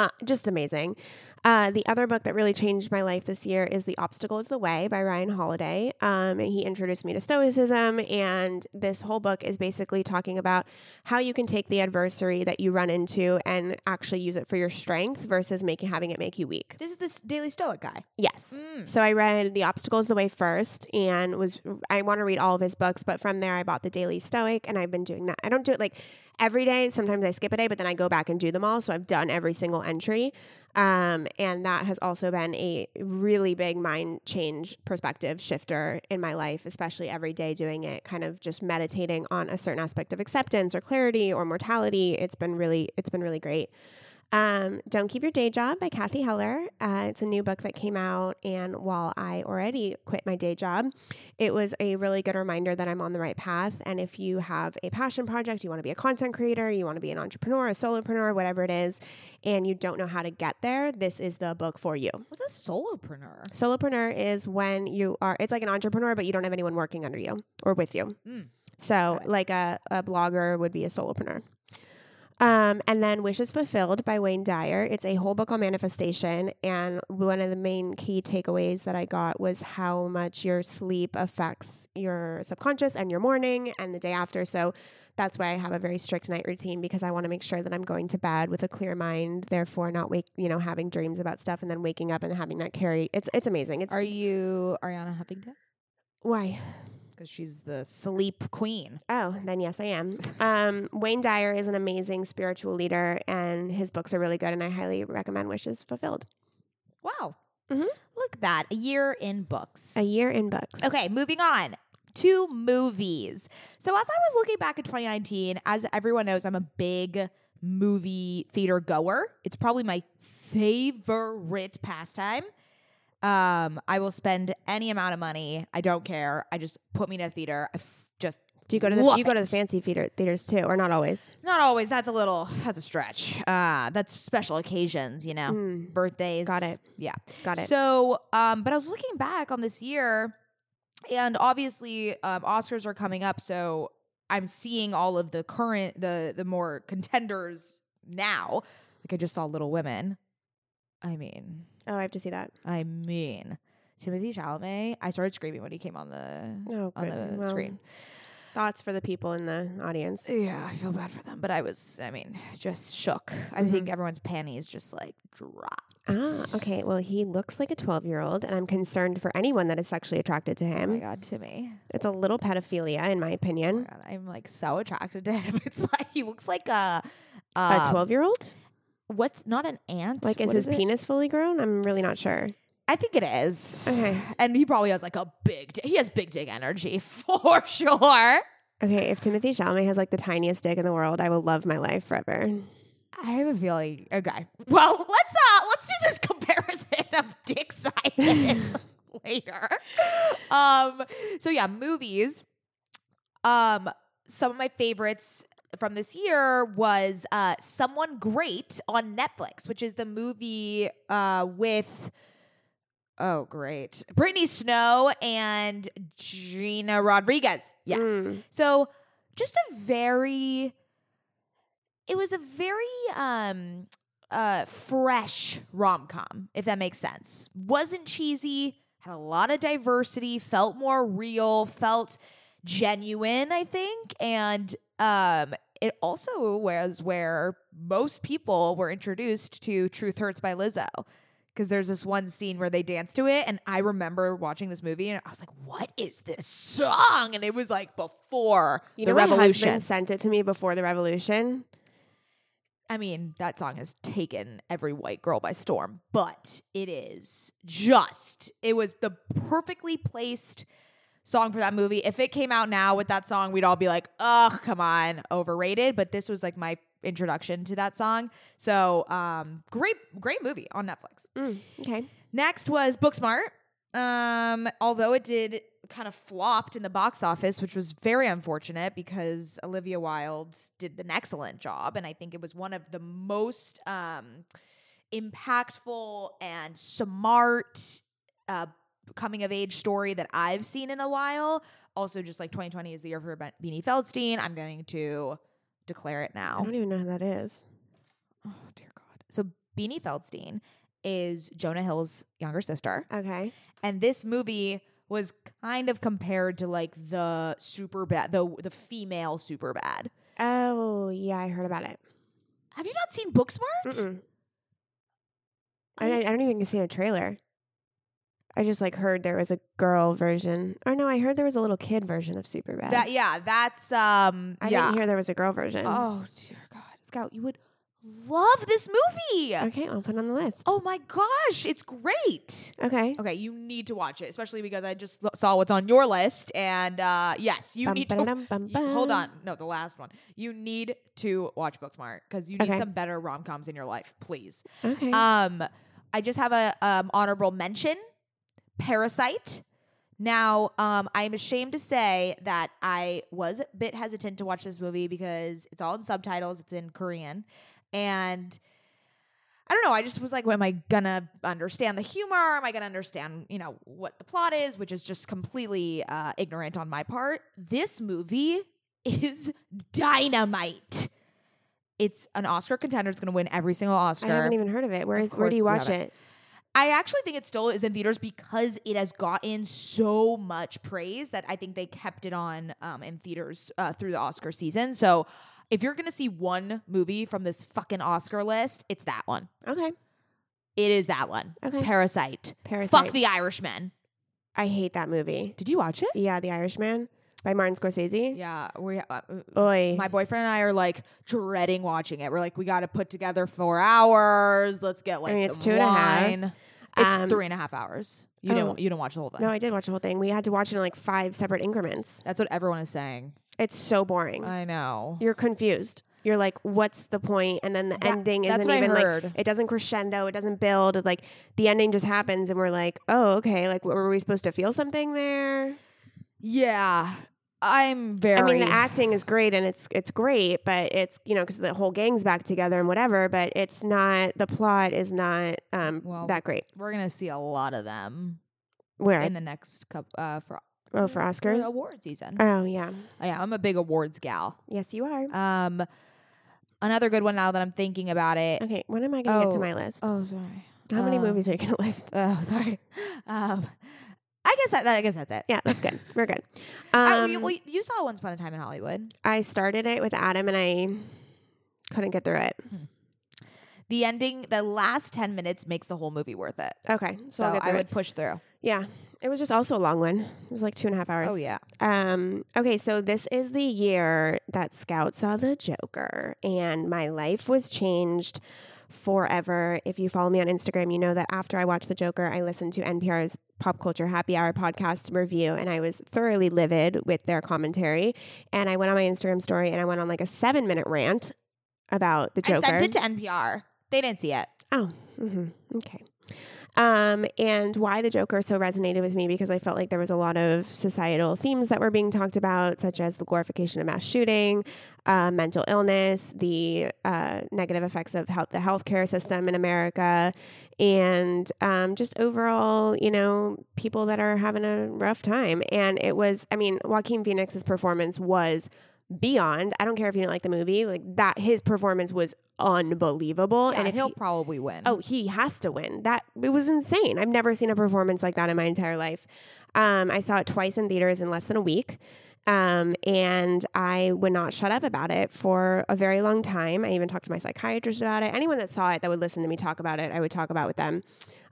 C: Uh, just amazing. Uh, the other book that really changed my life this year is The Obstacle is the Way by Ryan Holiday. Um, and he introduced me to Stoicism. And this whole book is basically talking about how you can take the adversary that you run into and actually use it for your strength versus making having it make you weak.
B: This is this Daily Stoic guy.
C: Yes. So I read The Obstacle is the Way first and was I want to read all of his books, but from there I bought the Daily Stoic and I've been doing that. I don't do it like every day. Sometimes I skip a day, but then I go back and do them all. So I've done every single entry. Um, and that has also been a really big mind change perspective shifter in my life, especially every day doing it, kind of just meditating on a certain aspect of acceptance or clarity or mortality. It's been really it's been really great. Um, Don't Keep Your Day Job by Kathy Heller. Uh, it's a new book that came out, and while I already quit my day job, it was a really good reminder that I'm on the right path. And if you have a passion project, you want to be a content creator, you want to be an entrepreneur, a solopreneur, whatever it is, and you don't know how to get there, this is the book for you.
B: What's a solopreneur?
C: Solopreneur is when you are, it's like an entrepreneur, but you don't have anyone working under you or with you.
B: Mm.
C: So,
B: Okay.
C: like a, a blogger would be a solopreneur. Um, and then Wishes Fulfilled by Wayne Dyer. It's a whole book on manifestation. And one of the main key takeaways that I got was how much your sleep affects your subconscious and your morning and the day after. So that's why I have a very strict night routine because I want to make sure that I'm going to bed with a clear mind, therefore not wake, you know, having dreams about stuff and then waking up and having that carry. It's it's amazing. It's
B: Are you Ariana Huffington?
C: why
B: Because she's the sleep queen.
C: Oh, then yes, I am. Um, Wayne Dyer is an amazing spiritual leader, and his books are really good, and I highly recommend Wishes Fulfilled.
B: Wow.
C: Mhm.
B: Look at that. A year in books.
C: A year in books.
B: Okay, moving on to movies. So, as I was looking back at 2019, as everyone knows, I'm a big movie theater goer. It's probably my favorite pastime. Um, I will spend any amount of money. I don't care. I just put me in a theater. I f- just
C: Do you go to the
B: Love
C: you go to
B: it.
C: the fancy theater theaters too, or not always?
B: not always. That's a little. That's a stretch. Uh, that's special occasions. You know,
C: Mm,
B: birthdays.
C: Got it.
B: Yeah.
C: got it.
B: So, um, but I was looking back on this year, and obviously, um, Oscars are coming up, so I'm seeing all of the current, the the more contenders now. Like I just saw Little Women. I mean,
C: oh, I have to see that.
B: I mean, Timothy Chalamet. I started screaming when he came on the
C: Oh,
B: on
C: good.
B: the
C: Well,
B: screen.
C: Thoughts for the people in the audience.
B: Yeah, I feel bad for them, Mm-hmm. but I was, I mean, just shook. I think everyone's panties just like dropped.
C: Ah, okay. Well, he looks like a 12 year old, and I'm concerned for anyone that is sexually attracted to
B: Oh my
C: him.
B: god, Timmy!
C: It's a little pedophilia, in my opinion.
B: God, I'm like so attracted to him. It's like he looks like a,
C: a
B: um,
C: 12 year old?
B: What's not an ant?
C: Like, is
B: What
C: his
B: it?
C: penis fully grown? I'm really not sure.
B: I think it is.
C: Okay.
B: and he probably has like a big. Di- he has big dick energy for sure.
C: Okay, if Timothy Chalamet has like the tiniest dick in the world, I will love my life forever.
B: I have a feeling. Okay. Well, let's uh let's do this comparison of dick sizes later. Um. So yeah, movies. Um. Some of my favorites from this year was uh someone great on Netflix, which is the movie uh with. Oh great. Brittany Snow and Gina Rodriguez. Yes.
C: Mm.
B: So just a very it was a very um uh fresh rom-com, if that makes sense. Wasn't cheesy, had a lot of diversity, felt more real, felt genuine, I think, and um it also was where most people were introduced to Truth Hurts by Lizzo. Because there's this one scene where they dance to it, and I remember watching this movie, and I was like, "What is this song?" And it was like before
C: You
B: the
C: know, my
B: revolution.
C: husband sent it to me before the revolution.
B: I mean, that song has taken every white girl by storm, but it is just, it was the perfectly placed song for that movie. If it came out now with that song, we'd all be like, ugh, come on, overrated. But this was like my introduction to that song. So, um, great, great movie on Netflix.
C: Mm, okay.
B: Next was Booksmart. Um, although it did kind of flopped in the box office, which was very unfortunate because Olivia Wilde did an excellent job, and I think it was one of the most um, impactful and smart uh, coming of age story that I've seen in a while. Also, just like 2020 is the year for Be- Beanie Feldstein, I'm going to declare it now.
C: I don't even know who that is.
B: Oh dear God! So Beanie Feldstein is Jonah Hill's younger sister.
C: Okay.
B: And this movie was kind of compared to like the super bad, the the female super bad.
C: Oh, yeah, I heard about it.
B: Have you not seen Booksmart?
C: Mm-mm. I, I don't even see a trailer. I just like heard there was a girl version. Or no, I heard there was a little kid version of Superbad.
B: That yeah, that's um
C: I
B: yeah.
C: didn't hear there was a girl version.
B: oh dear God, Scout, you would love this movie.
C: Okay, I'll put it on the list.
B: Oh my gosh, it's great.
C: Okay.
B: Okay, you need to watch it, especially because I just lo- saw what's on your list, and uh yes, you
C: Bum,
B: need to. oh,
C: ba-da-dum, bum,
B: You- hold
C: bum.
B: on. No, the last one. You need to watch Booksmart because you need
C: Okay.
B: some better rom coms in your life, please.
C: Okay.
B: Um, I just have a um, honorable mention, Parasite. Now, um, I'm ashamed to say that I was a bit hesitant to watch this movie because it's all in subtitles. It's in Korean, and I don't know. I just was like, well, am I gonna understand the humor? Am I gonna understand, you know, what the plot is? Which is just completely uh, ignorant on my part. This movie is dynamite. It's an Oscar contender. It's gonna win every single Oscar.
C: I haven't even heard of it. Where
B: Of
C: is where
B: course
C: do you
B: you
C: watch
B: haven't.
C: it?
B: I actually think it still is in theaters because it has gotten so much praise that I think they kept it on um, in theaters uh, through the Oscar season. So if you're going to see one movie from this fucking Oscar list, it's that one.
C: Okay.
B: It is that one.
C: Okay.
B: Parasite.
C: Parasite.
B: Fuck the Irishman.
C: I hate that movie.
B: Did you watch it?
C: Yeah, The Irishman by Martin Scorsese.
B: Yeah. We, uh,
C: Oy.
B: my boyfriend and I are like dreading watching it. We're like, we got to put together four hours. Let's get like
C: mean, it's
B: some
C: two and a half.
B: wine. It's
C: Um,
B: three and a half hours. You
C: oh.
B: don't. You don't watch the whole thing.
C: no, I did watch the whole thing. We had to watch it in like five separate increments.
B: That's what everyone is saying.
C: It's so boring.
B: I know.
C: You're confused. You're like, what's the point? And then the
B: That-
C: ending
B: that's
C: isn't
B: what I
C: even
B: heard.
C: like it doesn't crescendo. It doesn't build. It, Like the ending just happens, and we're like, oh, okay. Like, were we supposed to feel something there?
B: Yeah, I'm very.
C: I mean, the acting is great, and it's it's great, but it's you know because the whole gang's back together and whatever. But it's not the plot is not um
B: Well,
C: that great.
B: we're gonna see a lot of them
C: Where
B: in the next cup uh, for
C: oh for Oscars.
B: award season.
C: Oh yeah,
B: Oh, yeah, I'm a big awards gal.
C: yes you are.
B: Um, another good one now that I'm thinking about it.
C: Okay, when am I gonna get to
B: Oh,
C: my list?
B: Oh, sorry.
C: How many
B: uh,
C: movies are you gonna list?
B: Oh, sorry. Um, I guess that, that- I guess that's it.
C: Yeah, that's good. We're good.
B: I- you-
C: Um,
B: well, you saw Once Upon a Time in Hollywood.
C: I started it with Adam and I couldn't get through it.
B: The ending, the last ten minutes makes the whole movie worth it.
C: Okay, so,
B: So
C: I'll get
B: I
C: through
B: would
C: it.
B: push through.
C: Yeah, it was just also a long one. It was like two and a half hours.
B: Oh yeah.
C: Um, okay, so this is the year that Scout saw the Joker, and my life was changed forever. If you follow me on Instagram, you know that after I watched the Joker, I listened to NPR's Pop Culture Happy Hour podcast review, and I was thoroughly livid with their commentary. And I went on my Instagram story and I went on like a seven minute rant about the Joker.
B: I sent it to NPR. They didn't see it.
C: Oh, hmm okay. Um, and why the Joker so resonated with me because I felt like there was a lot of societal themes that were being talked about, such as the glorification of mass shooting, uh, mental illness, the uh, negative effects of health, the healthcare system in America, and um, just overall, you know, people that are having a rough time. And it was, I mean, Joaquin Phoenix's performance was beyond. I don't care if you didn't like the movie, like that, his performance was unbelievable.
B: Yeah,
C: and if
B: he'll
C: he-
B: probably win.
C: Oh, he has to win. That it was insane. I've never seen a performance like that in my entire life. Um, I saw it twice in theaters in less than a week. Um, and I would not shut up about it for a very long time. I even talked to my psychiatrist about it. Anyone that saw it that would listen to me talk about it, I would talk about with them.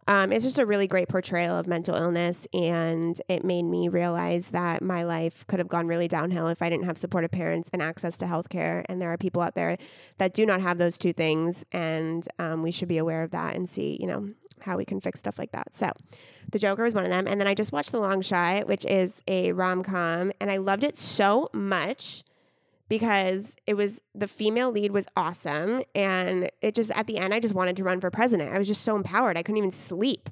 C: Um, it's just a really great portrayal of mental illness, and it made me realize that my life could have gone really downhill if I didn't have supportive parents and access to healthcare. And there are people out there that do not have those two things, and um, we should be aware of that and see, you know, how we can fix stuff like that. So, The Joker was one of them, and then I just watched The Long Shot, which is a rom com, and I loved it so much because it was the female lead was awesome and it just at the end I just wanted to run for president. I was just so empowered. I couldn't even sleep.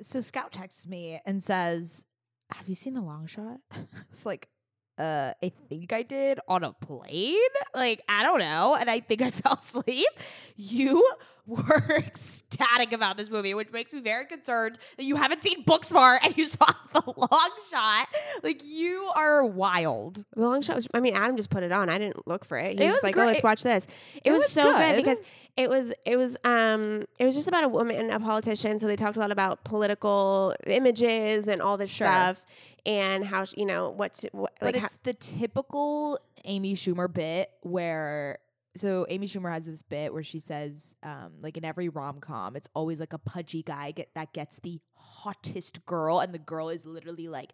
B: So Scout texts me and says, "Have you seen the long shot?" I was like, "Uh, I think I did on a plane. Like, I don't know." And I think I fell asleep. You were ecstatic about this movie, which makes me very concerned that you haven't seen Booksmart and you saw the long shot. Like, you are wild.
C: The long shot was I mean Adam just put it on. I didn't look for it. He
B: It
C: was,
B: was
C: like,
B: great.
C: "Oh, let's watch this." It, was,
B: was
C: so
B: good.
C: good because it was it was um it was just about a woman and a politician, so they talked a lot about political images and all this
B: Sure.
C: stuff and how she, you know what, to, what
B: But
C: like how,
B: it's the typical Amy Schumer bit where so Amy Schumer has this bit where she says, um, like in every rom com, it's always like a pudgy guy get, that gets the hottest girl, and the girl is literally like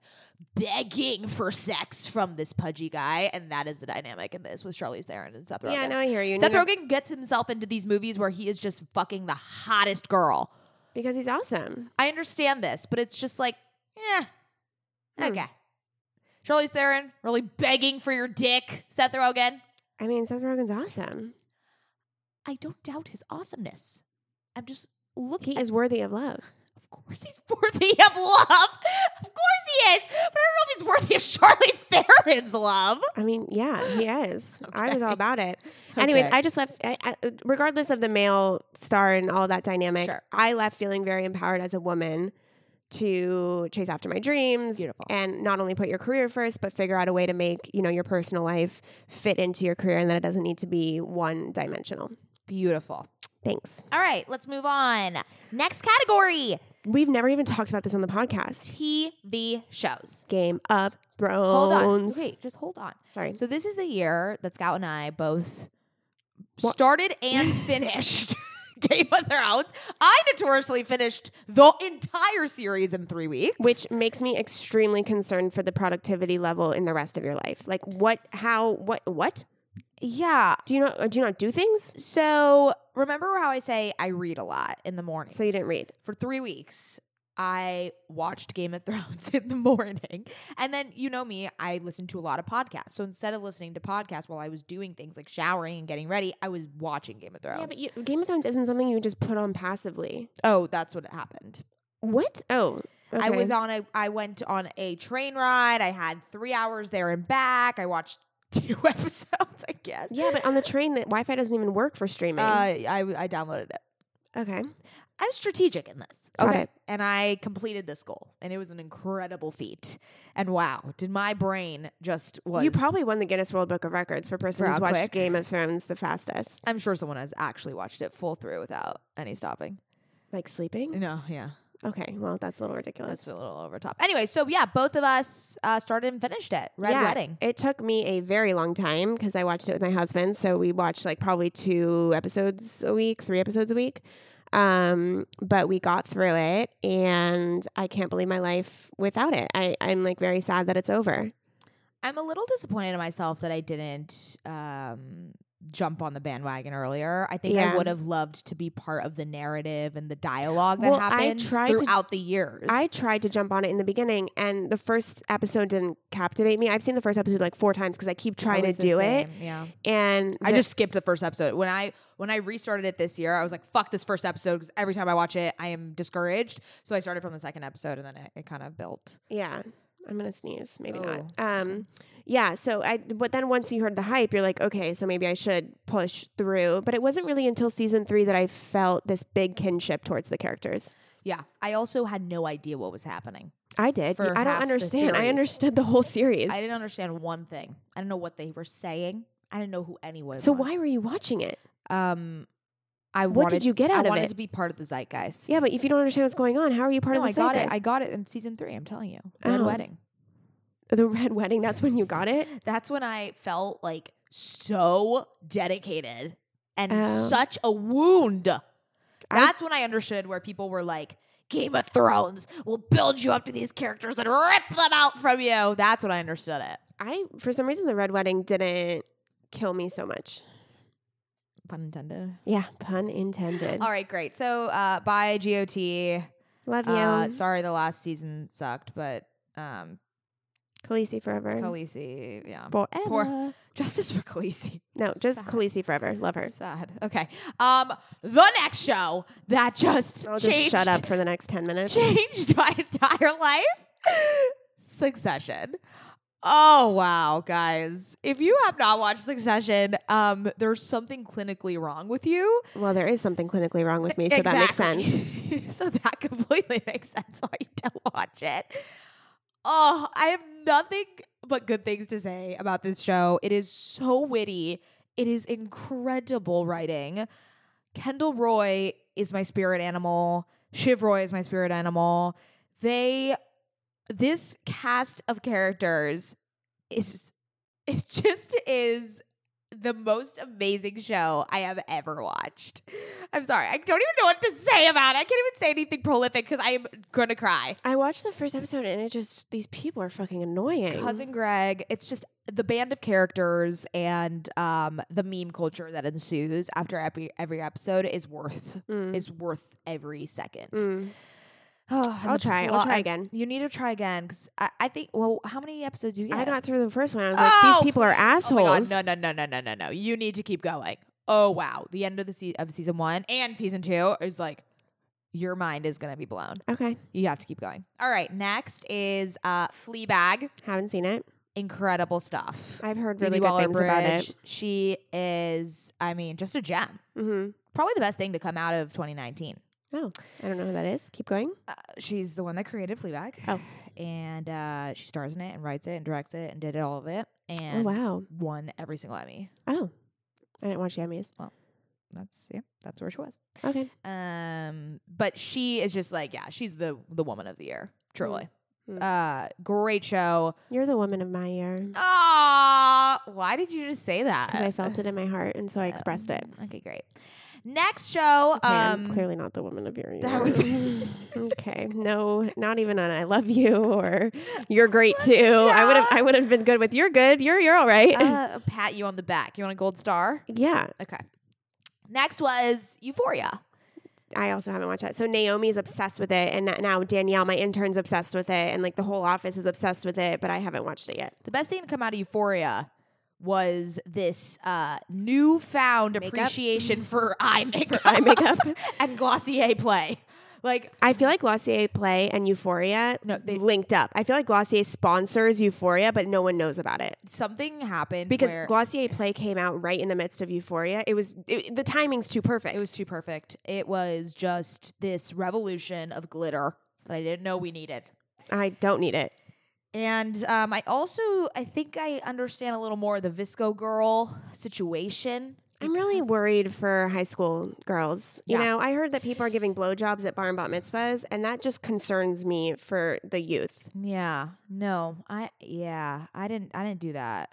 B: begging for sex from this pudgy guy, and that is the dynamic in this with Charlize Theron and Seth Rogen.
C: Yeah, no, I hear you.
B: Seth
C: Neither-
B: Rogen gets himself into these movies where he is just fucking the hottest girl.
C: because he's awesome.
B: I understand this, but it's just like, eh,
C: Hmm.
B: okay. Charlize Theron really begging for your dick, Seth Rogen.
C: I mean, Seth Rogen's awesome.
B: I don't doubt his awesomeness. I'm just looking.
C: He is worthy of love.
B: of course, he's worthy of love. Of course, he is. But I don't know if he's worthy of Charlize Theron's love.
C: I mean, yeah, he is. I was all
B: Okay.
C: about it. Anyways,
B: Okay.
C: I just left, I, I, regardless of the male star and all that dynamic,
B: Sure.
C: I left feeling very empowered as a woman to chase after my dreams
B: Beautiful.
C: and not only put your career first, but figure out a way to make, you know, your personal life fit into your career and that it doesn't need to be one dimensional.
B: Beautiful.
C: Thanks.
B: All right, let's move on. Next category
C: We've never even talked about this on the podcast.
B: TV shows.
C: Game of Thrones.
B: Hold on. Okay, just hold on.
C: Sorry.
B: So this is the year that Scout and I both
C: What?
B: started and finished Game of Thrones. I notoriously finished the entire series in three weeks.
C: which makes me extremely concerned for the productivity level in the rest of your life. Like what how what what?
B: yeah.
C: Do you not do you not do things?
B: So remember how I say I read a lot in the morning.
C: So you didn't read.
B: for three weeks. I watched Game of Thrones in the morning. And then, you know me, I listened to a lot of podcasts. So instead of listening to podcasts while I was doing things like showering and getting ready, I was watching Game of Thrones.
C: Yeah, but you, Game of Thrones isn't something you just put on passively.
B: oh, that's what happened.
C: What? Oh,
B: I
C: okay.
B: was on a I went on a train ride. I had three hours there and back. I watched two episodes, I guess.
C: Yeah, but on the train, that Wi-Fi doesn't even work for streaming.
B: Uh, I I downloaded it.
C: okay,
B: I'm strategic in this.
C: Got
B: okay.
C: it.
B: And I completed this goal. And it was an incredible feat. And wow, did my brain just was
C: you probably won the Guinness World Book of Records for person
B: For
C: who's
B: how
C: watched
B: quick?
C: Game of Thrones the fastest,
B: I'm sure someone has actually watched it full through without any stopping.
C: like sleeping.
B: No, yeah.
C: Okay, well, that's a little ridiculous.
B: That's a little over top. Anyway, so yeah, both of us uh, started and finished it. Red
C: Yeah,
B: Wedding.
C: It took me a very long time because I watched it with my husband. So we watched like probably two episodes a week, three episodes a week. Um, but we got through it, and I can't believe my life without it. I, I'm like very sad that it's over.
B: I'm a little disappointed in myself that I didn't um, jump on the bandwagon earlier. I think
C: Yeah.
B: I would have loved to be part of the narrative and the dialogue that
C: Well, I
B: happens
C: tried to-
B: throughout the years.
C: I tried to jump on it in the beginning, and the first episode didn't captivate me. I've seen the first episode like four times because I keep trying to
B: was the
C: do it,
B: same, Yeah.
C: and
B: I
C: the-
B: just skipped the first episode. When I when I restarted it this year, I was like, "Fuck this first episode!" Because every time I watch it, I am discouraged. So I started from the second episode, and then it, it kind of built.
C: Yeah. I'm gonna sneeze. Maybe
B: Oh,
C: not. Um, yeah. So I, but then once you heard the hype, you're like, okay, so maybe I should push through. But it wasn't really until season three that I felt this big kinship towards the characters.
B: Yeah, I also had no idea what was happening.
C: I did.
B: For
C: I
B: half
C: don't
B: the
C: understand. I
B: series.
C: understood the whole series.
B: I didn't understand one thing. I didn't know what they were saying. I didn't know who anyone.
C: so
B: was.
C: why were you watching it?
B: Um, I
C: What
B: wanted,
C: did you get
B: I
C: out of
B: wanted
C: it?
B: to be part of the zeitgeist.
C: Yeah, but if you don't understand what's going on, how are you part
B: no,
C: of the
B: I got it. I
C: zeitgeist?
B: got it in season three. I'm telling you, Red
C: Oh.
B: Wedding.
C: the red wedding. That's when you got it.
B: That's when I felt like so dedicated and
C: Oh.
B: such a wound. That's when I understood where people were like, Game of Thrones will build you up to these characters and rip them out from you. That's when I understood it.
C: I for some reason the red wedding didn't kill me so much.
B: Pun intended.
C: Yeah, pun intended.
B: All right, great. So, uh, bye, GOT.
C: Love you,
B: Uh, sorry the last season sucked, but um,
C: Khaleesi forever.
B: Khaleesi, yeah.
C: forever.
B: Justice for Khaleesi.
C: No, just
B: Sad.
C: Khaleesi forever. Love her.
B: Sad. Okay. Um, the next show that just
C: I'll Oh, just
B: changed,
C: shut up for the next 10 minutes.
B: changed my entire life. Succession. Oh wow, guys. If you have not watched Succession, um, there's something clinically wrong with you.
C: Well, there is something clinically wrong with me, so that makes sense.
B: sense. E, so that completely makes sense why you don't watch it. Oh, I have nothing but good things to say about this show. It is so witty. It is incredible writing. Kendall Roy is my spirit animal. Shiv Roy is my spirit animal. They this cast of characters is it just is the most amazing show I have ever watched. I'm sorry. I don't even know what to say about it. I can't even say anything prolific because I am going to cry.
C: I watched the first episode and it just, these people are fucking annoying.
B: Cousin Greg, it's just the band of characters and um, the meme culture that ensues after every, every episode is worth
C: Mm,
B: is worth every second.
C: mm.
B: Oh, and
C: I'll
B: the
C: try. I'll
B: plot-
C: try again.
B: You need to try again because I, I think. Well, how many episodes do you get?
C: I got through the first one. I was like,
B: Oh,
C: these people are assholes.
B: Oh my god, no, no, no, no, no, no, no. You need to keep going. Oh wow. The end of the se- of season one and season two is like your mind is gonna be blown.
C: Okay.
B: You have to keep going. All right. Next is uh Fleabag.
C: Haven't seen it.
B: Incredible stuff.
C: I've heard
B: Phoebe
C: really good things about
B: Waller-Bridge,
C: it.
B: She is, I mean, just a gem.
C: hmm
B: Probably the best thing to come out of 2019.
C: Oh, I don't know who that is. Keep going.
B: Uh, she's the one that created Fleabag.
C: Oh.
B: And uh, she stars in it and writes it and directs it and did all of it
C: Oh,
B: and
C: wow.
B: won every single Emmy.
C: Oh, I didn't watch the Emmys.
B: That's yeah, that's where she was.
C: Okay.
B: Um, but she is just like, yeah, she's the the woman of the year, truly.
C: Mm.
B: Uh, great show.
C: You're the woman of my year.
B: Ah, why did you just say that? Uh, mm,
C: Because I felt it in my heart, and so I expressed it.
B: Okay, great. Next show.
C: Okay,
B: um,
C: I'm clearly not the woman of your year.
B: that was-
C: okay. No, not even on "I love you" or "You're great too." I
B: yeah.
C: would have, I would have been good with "You're good." You're, you're all right.
B: uh, pat you on the back. You want a gold star?
C: yeah,
B: Okay. Next was Euphoria.
C: I also haven't watched that. So Naomi's obsessed with it, and now Danielle, my intern's obsessed with it, and like the whole office is obsessed with it. But I haven't watched it yet.
B: The best thing to come out of Euphoria was this uh, newfound
C: Makeup?
B: appreciation for eye makeup,
C: eye makeup?
B: and Glossier play. Like
C: I feel like Glossier Play and Euphoria
B: No, they-
C: linked up. I feel like Glossier sponsors Euphoria, but no one knows about it.
B: something happened
C: Because
B: where
C: Glossier Play came out right in the midst of Euphoria. It was it, the timing's too perfect.
B: it was too perfect. It was just this revolution of glitter that I didn't know we needed.
C: I don't need it.
B: And um, I also I think I understand a little more the Visco girl situation.
C: I'm really
B: Because-
C: worried for high school girls. You
B: Yeah.
C: know, I heard that people are giving blowjobs at bar and bat mitzvahs, and that just concerns me for the youth.
B: Yeah. No. I yeah. I didn't I didn't do that.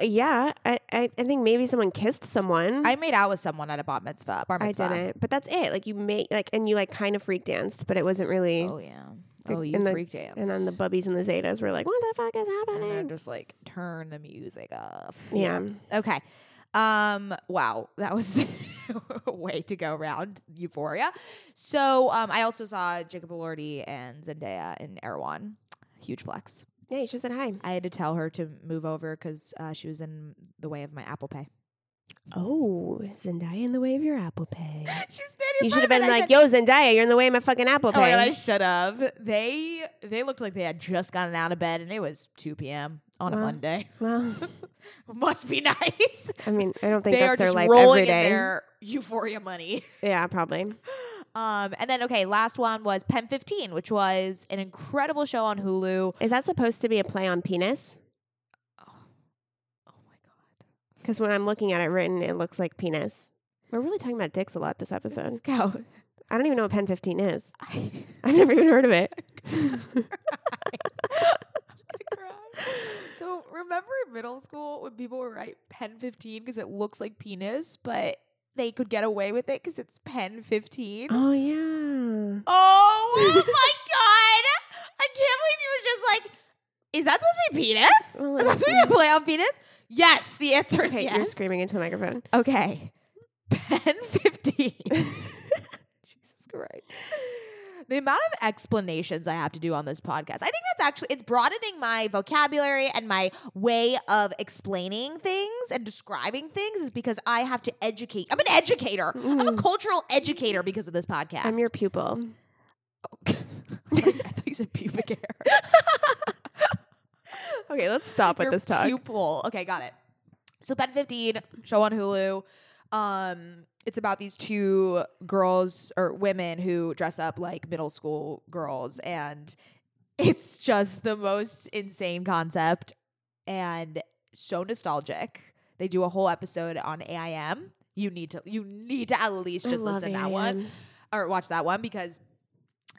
C: Yeah, I, I, I think maybe someone kissed someone.
B: I made out with someone at a bat mitzvah. Bar
C: Mm-hmm. I
B: mitzvah.
C: didn't, but that's it. Like you make like, and you like kind of freak danced, but it wasn't really.
B: Oh yeah. Oh, you
C: and the-
B: freak dance.
C: And then the bubbies and the zetas were like, "What the fuck is
B: and then
C: happening?"
B: just like turn the music off.
C: Yeah,
B: Okay. Um wow, that was a way to go around Euphoria. So um I also saw Jacob Elordi and Zendaya in Erewhon. Huge flex.
C: yeah, you should said hi.
B: I had to tell her to move over cuz uh, she was in the way of my Apple Pay.
C: Oh, Zendaya in the way of your Apple Pay.
B: she was standing in
C: you
B: front
C: should have
B: of it,
C: been
B: I
C: like,
B: said,
C: "Yo, Zendaya, you're in the way of my fucking Apple
B: Oh my
C: Pay."
B: god, I should have. They they looked like they had just gotten out of bed and it was 2 p.m. on a
C: Wow.
B: Monday.
C: well,
B: Must be nice.
C: I mean, I don't think
B: They
C: that's
B: are
C: their
B: just
C: life
B: rolling
C: every
B: in
C: day.
B: their euphoria money.
C: Yeah, probably.
B: Um, and then okay, last one was Pen 15, which was an incredible show on Hulu.
C: Is that supposed to be a play on penis?
B: Oh, oh my god.
C: Because when I'm looking at it written, it looks like penis. We're really talking about dicks a lot this episode.
B: Scout.
C: I don't even know what Pen 15 is.
B: I,
C: I've never even heard of it.
B: so remember in middle school when people would write Pen 15 because it looks like penis, but they could get away with it because it's Pen 15.
C: oh, yeah.
B: Oh my god! I can't believe you were just like, is that supposed to be penis?
C: Well,
B: Is that supposed to be a play on penis? Yes, the answer is
C: Okay,
B: yes.
C: you're screaming into the microphone.
B: Okay, pen fifteen. Jesus Christ! The amount of explanations I have to do on this podcast, I think that's actually it's broadening my vocabulary and my way of explaining things and describing things is because I have to educate. I'm an educator. I'm a cultural educator because of this podcast.
C: Mm. I'm your pupil.
B: I thought you said pubic hair.
C: Okay, let's stop
B: Your Pupil. Okay, got it. So Ben 15 show on Hulu. Um, it's about these two girls or women who dress up like middle school girls, and it's just the most insane concept and so nostalgic. They do a whole episode on AIM. You need to you need to at least
C: I
B: just
C: love
B: listen to that one
C: AIM.
B: or watch that one because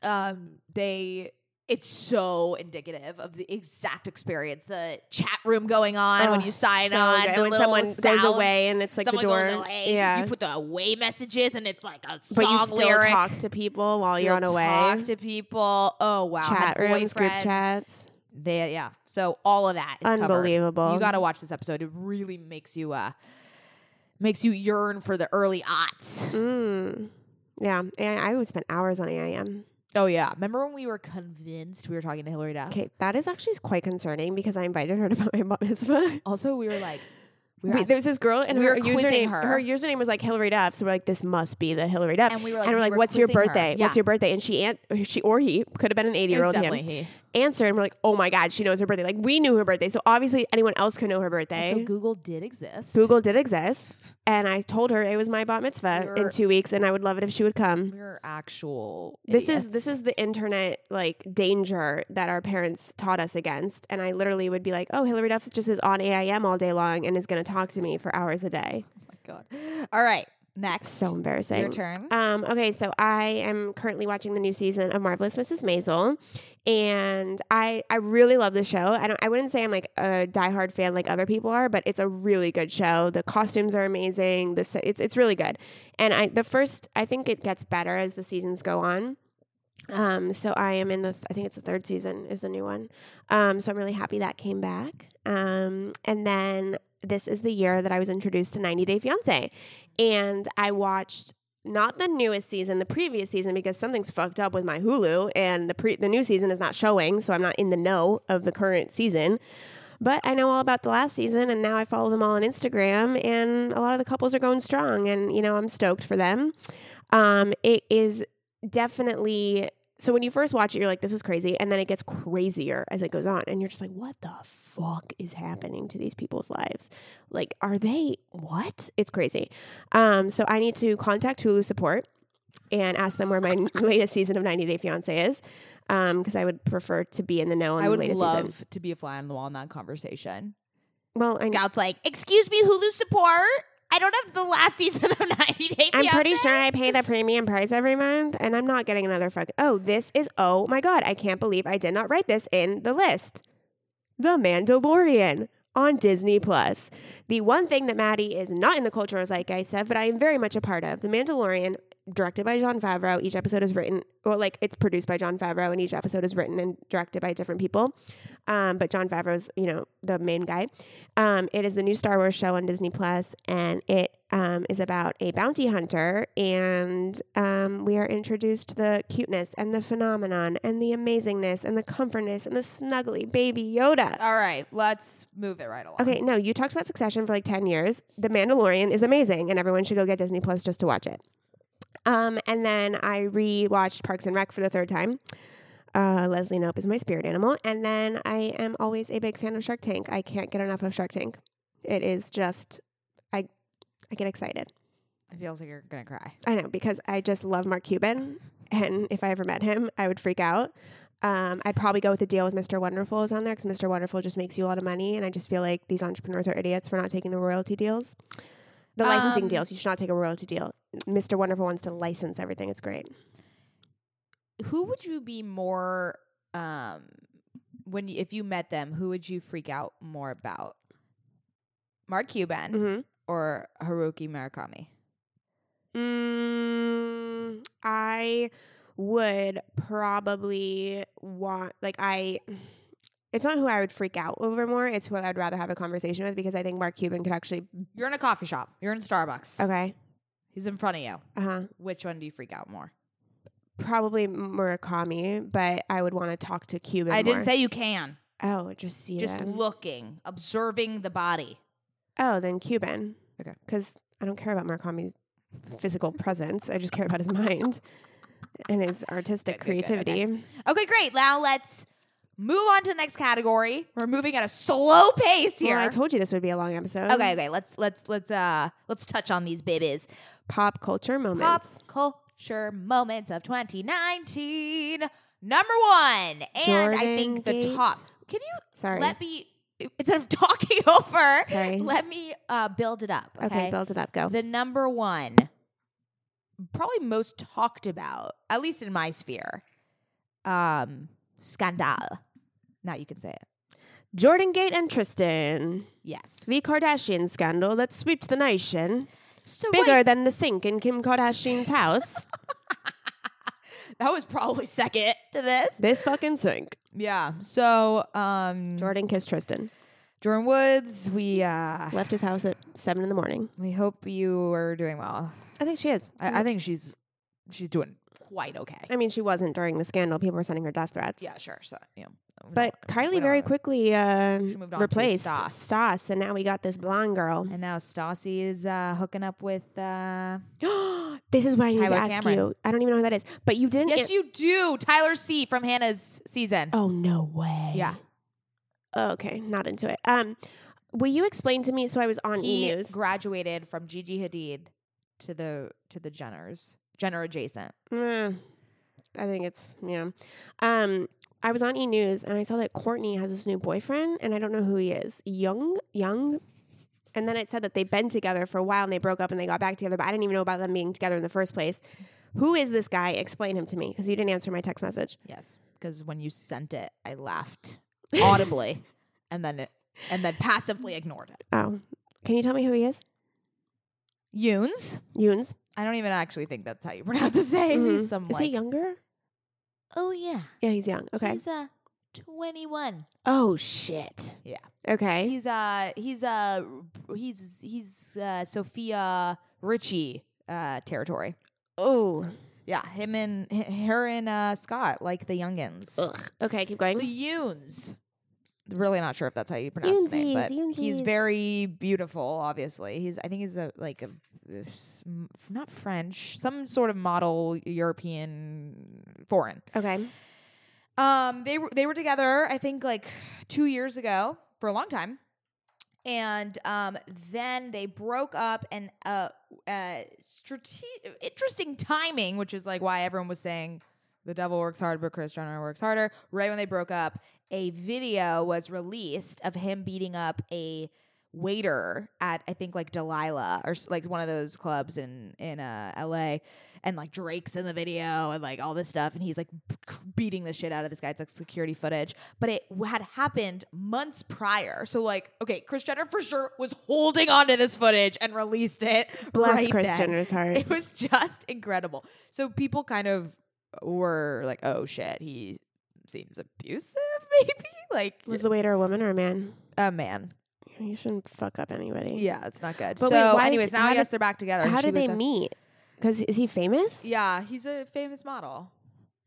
B: um they it's so indicative of the exact experience the chat room going on when
C: Oh,
B: you sign
C: so
B: on
C: good.
B: the
C: when
B: little
C: someone
B: sounds.
C: goes away and it's like
B: someone
C: the door.
B: goes away
C: yeah.
B: you put the away messages and it's like a
C: but
B: song
C: you still
B: lyric
C: talk to people while you're on
B: Still
C: away.
B: talk to people oh wow
C: Chat
B: Had
C: rooms, group
B: boyfriends.
C: chats.
B: they, yeah so all of that is covered.
C: Unbelievable.
B: you gotta watch this episode it really makes you uh makes you yearn for the early aughts
C: Mm. Yeah, and I would spend hours on AIM.
B: Oh yeah, remember when we were convinced we were talking to Hillary Duff?
C: Okay, that is actually quite concerning because I invited her to my bat mitzvah.
B: Also, we were like, we were
C: Wait, there was this girl, and
B: we
C: her
B: were quizzing
C: username
B: her.
C: username was like Hillary Duff. So we're like, this must be the Hillary Duff.
B: And we were like,
C: and we're
B: we
C: like,
B: were
C: what's your
B: quizzing her.
C: birthday?
B: Yeah.
C: What's your birthday? And she, an- she or he could have been an
B: asking-
C: eighty year old
B: it was definitely
C: him.
B: he.
C: Answer, and we're like, oh my god, she knows her birthday. Like we knew her birthday, so obviously anyone else could know her birthday.
B: So Google did exist.
C: Google did exist, and I told her it was my bat
B: We
C: mitzvah
B: were-
C: in two weeks, and I would love it if she would come.
B: we were actual.
C: This is
B: idiots.
C: this is the internet like danger that our parents taught us against, and I literally would be like, "Oh, Hillary Duff just is on AIM all day long and is going to talk to me for hours a day."
B: Oh my god. All right, next.
C: So embarrassing.
B: your turn.
C: Um, okay, so I am currently watching the new season of Marvelous Mrs. Maisel, and I I really love the show. I don't, I wouldn't say I'm like a diehard fan like other people are, but it's a really good show. The costumes are amazing. The se- it's it's really good, and I the first I think it gets better as the seasons go on. Um, so I am in the th- I think it's the third season is the new one. Um, so I'm really happy that came back. Um, and then this is the year that I was introduced to 90 Day Fiance, and I watched not the newest season, the previous season, because something's fucked up with my Hulu, and the pre- the new season is not showing, so I'm not in the know of the current season. But I know all about the last season, and now I follow them all on Instagram, and a lot of the couples are going strong, and you know I'm stoked for them. Um, it is definitely so when you first watch it, you're like, "This is crazy," and then it gets crazier as it goes on, and you're just like, "What the fuck is happening to these people's lives? Like, are they what? It's crazy." Um, so I need to contact Hulu support and ask them where my latest season of 90 Day Fiance is, because I would prefer to be in the know on
B: I
C: the
B: would
C: latest
B: love
C: season.
B: to be a fly on the wall in that conversation.
C: Well, I
B: Scout's like, excuse me, Hulu support. I don't have the last season of 90 Day
C: I'm pretty
B: Fiancé.
C: sure I pay the premium price every month, and I'm not getting another fuck. Oh, this is oh my god! I can't believe I did not write this in the list. The Mandalorian on Disney Plus. The one thing that Maddie is not in the cultural zeitgeist of, but I am very much a part of. The Mandalorian, directed by John Favreau. Each episode is written, well, like it's produced by John Favreau, and each episode is written and directed by different people. Um, but John Favreau's, you know, the main guy. Um, it is the new Star Wars show on Disney Plus, and it um, is about a bounty hunter. And um, we are introduced to the cuteness and the phenomenon and the amazingness and the comfortness and the snuggly baby Yoda.
B: All right, let's move it right along.
C: Okay, no, you talked about Succession for like 10 years. The Mandalorian is amazing, and everyone should go get Disney Plus just to watch it. Um, and then I rewatched Parks and Rec for the third time. Uh, Leslie Nope is my spirit animal. And then I am always a big fan of Shark Tank. I can't get enough of Shark Tank. It is just, I, I get excited.
B: It feels like you're gonna cry.
C: I know because I just love Mark Cuban, and if I ever met him, I would freak out. Um, I'd probably go with a deal with Mr. Wonderful is on there because Mr. Wonderful just makes you a lot of money, and I just feel like these entrepreneurs are idiots for not taking the royalty deals, the licensing
B: Um,
C: deals. You should not take a royalty deal. Mr. Wonderful wants to license everything. It's great.
B: Who would you be more um when you, if you met them? Who would you freak out more about? Mark Cuban
C: Mm-hmm.
B: or Haruki Murakami?
C: Mm, I would probably want like I it's not who I would freak out over more, it's who I'd rather have a conversation with because I think Mark Cuban could actually
B: You're in a coffee shop. You're in Starbucks.
C: Okay.
B: He's in front of you.
C: Uh-huh.
B: Which one do you freak out more?
C: Probably Murakami, but I would want to talk to Cuban.
B: I didn't
C: more.
B: say you can.
C: Oh, just see
B: Just
C: them.
B: looking, observing the body.
C: oh, then Cuban.
B: Okay.
C: Because I don't care about Murakami's physical presence. I just care about his mind and his artistic
B: Good, good, good, okay.
C: creativity.
B: Okay, great. Now let's move on to the next category. We're moving at a slow pace here.
C: Well, I told you this would be a long episode.
B: okay, okay. Let's let's let's uh let's touch on these babies.
C: Pop culture moments.
B: Pop culture moments of 2019. Number one, and I think the
C: Jordan Gate.
B: top. Can you
C: Sorry.
B: let me instead of talking over?
C: Sorry.
B: Let me uh, build it up.
C: okay. build it up. Go.
B: the number one, probably most talked about, at least in my sphere, um, scandal. Now you can say it.
C: Jordan Gate and Tristan.
B: Yes.
C: The Kardashian scandal that swept the nation.
B: so
C: Bigger
B: wait,
C: than the sink in Kim Kardashian's house.
B: that was probably second to this.
C: this fucking sink.
B: Yeah. So um,
C: Jordan kissed Tristan.
B: Jordan Woods, we uh,
C: Left his house at seven in the morning.
B: we hope you are doing well.
C: I think she is.
B: I, I think she's she's doing quite okay.
C: I mean, she wasn't during the scandal. People were sending her death threats.
B: Yeah, sure. So you know, we
C: But
B: don't- we
C: Kylie
B: don't
C: very
B: know.
C: quickly uh,
B: She moved on to
C: replaced
B: Stas.
C: Stas. and now we got this blonde girl.
B: And now Stassi is uh, hooking up with. Uh,
C: this is what I need
B: Tyler
C: to ask
B: Cameron.
C: you. I don't even know who that is. But you didn't.
B: yes,
C: an-
B: you do. Tyler C from Hannah's season.
C: oh no way.
B: Yeah.
C: Okay, not into it. Um, will you explain to me? So I was on E
B: he
C: News.
B: graduated from Gigi Hadid to the to the Jenners, Jenner adjacent.
C: Mm, I think it's yeah. Um, I was on E News and I saw that Courtney has this new boyfriend, and I don't know who he is. Young, young. And then it said that they've been together for a while and they broke up and they got back together, but I didn't even know about them being together in the first place. Who is this guy? Explain him to me because you didn't answer my text message.
B: Yes, because when you sent it, I laughed audibly, and then it and then passively ignored it.
C: Oh, can you tell me who he is?
B: Yoons.
C: Yoons.
B: I don't even actually think that's how you pronounce his name.
C: Mhm.
B: He's some
C: is
B: like,
C: he younger?
B: oh yeah,
C: Yeah, he's young. Okay.
B: he's uh, twenty one.
C: oh shit.
B: Yeah.
C: Okay.
B: He's uh he's uh he's he's uh Sophia Richie uh territory.
C: oh.
B: Yeah, him and h- her and uh, Scott like the youngins.
C: Ugh. Okay, keep
B: So
C: going.
B: Yoons. Really not sure if that's how you pronounce his name,
C: Yoonsies,
B: but he's
C: Yoonsies.
B: very beautiful. Obviously, he's. I think he's a like a s- m- not French, some sort of model European foreign.
C: okay.
B: Um, they were they were together. I think like two years ago for a long time, and um, then they broke up. And uh, uh, strate- interesting timing, which is like why everyone was saying the devil works hard, but Chris Jenner works harder. Right when they broke up, a video was released of him beating up a waiter at I think like Delilah or s- like one of those clubs in in uh, L.A. and like Drake's in the video and like all this stuff and he's like b- beating the shit out of this guy. It's like security footage, but it w- had happened months prior. So like okay, Chris Jenner for sure was holding onto this footage and released it.
C: Bless
B: right
C: Chris
B: then.
C: Jenner's heart.
B: It was just incredible. So people kind of were like, "Oh shit, he seems abusive." Maybe like
C: Was the waiter a woman or a man?
B: a man.
C: You shouldn't fuck up anybody.
B: Yeah, it's not good.
C: But wait,
B: so,
C: why is-
B: anyways, now
C: how
B: yes,
C: did-
B: they're back together.
C: How
B: She
C: did
B: was
C: they
B: asked-
C: meet? Because is he famous?
B: Yeah, he's a famous model.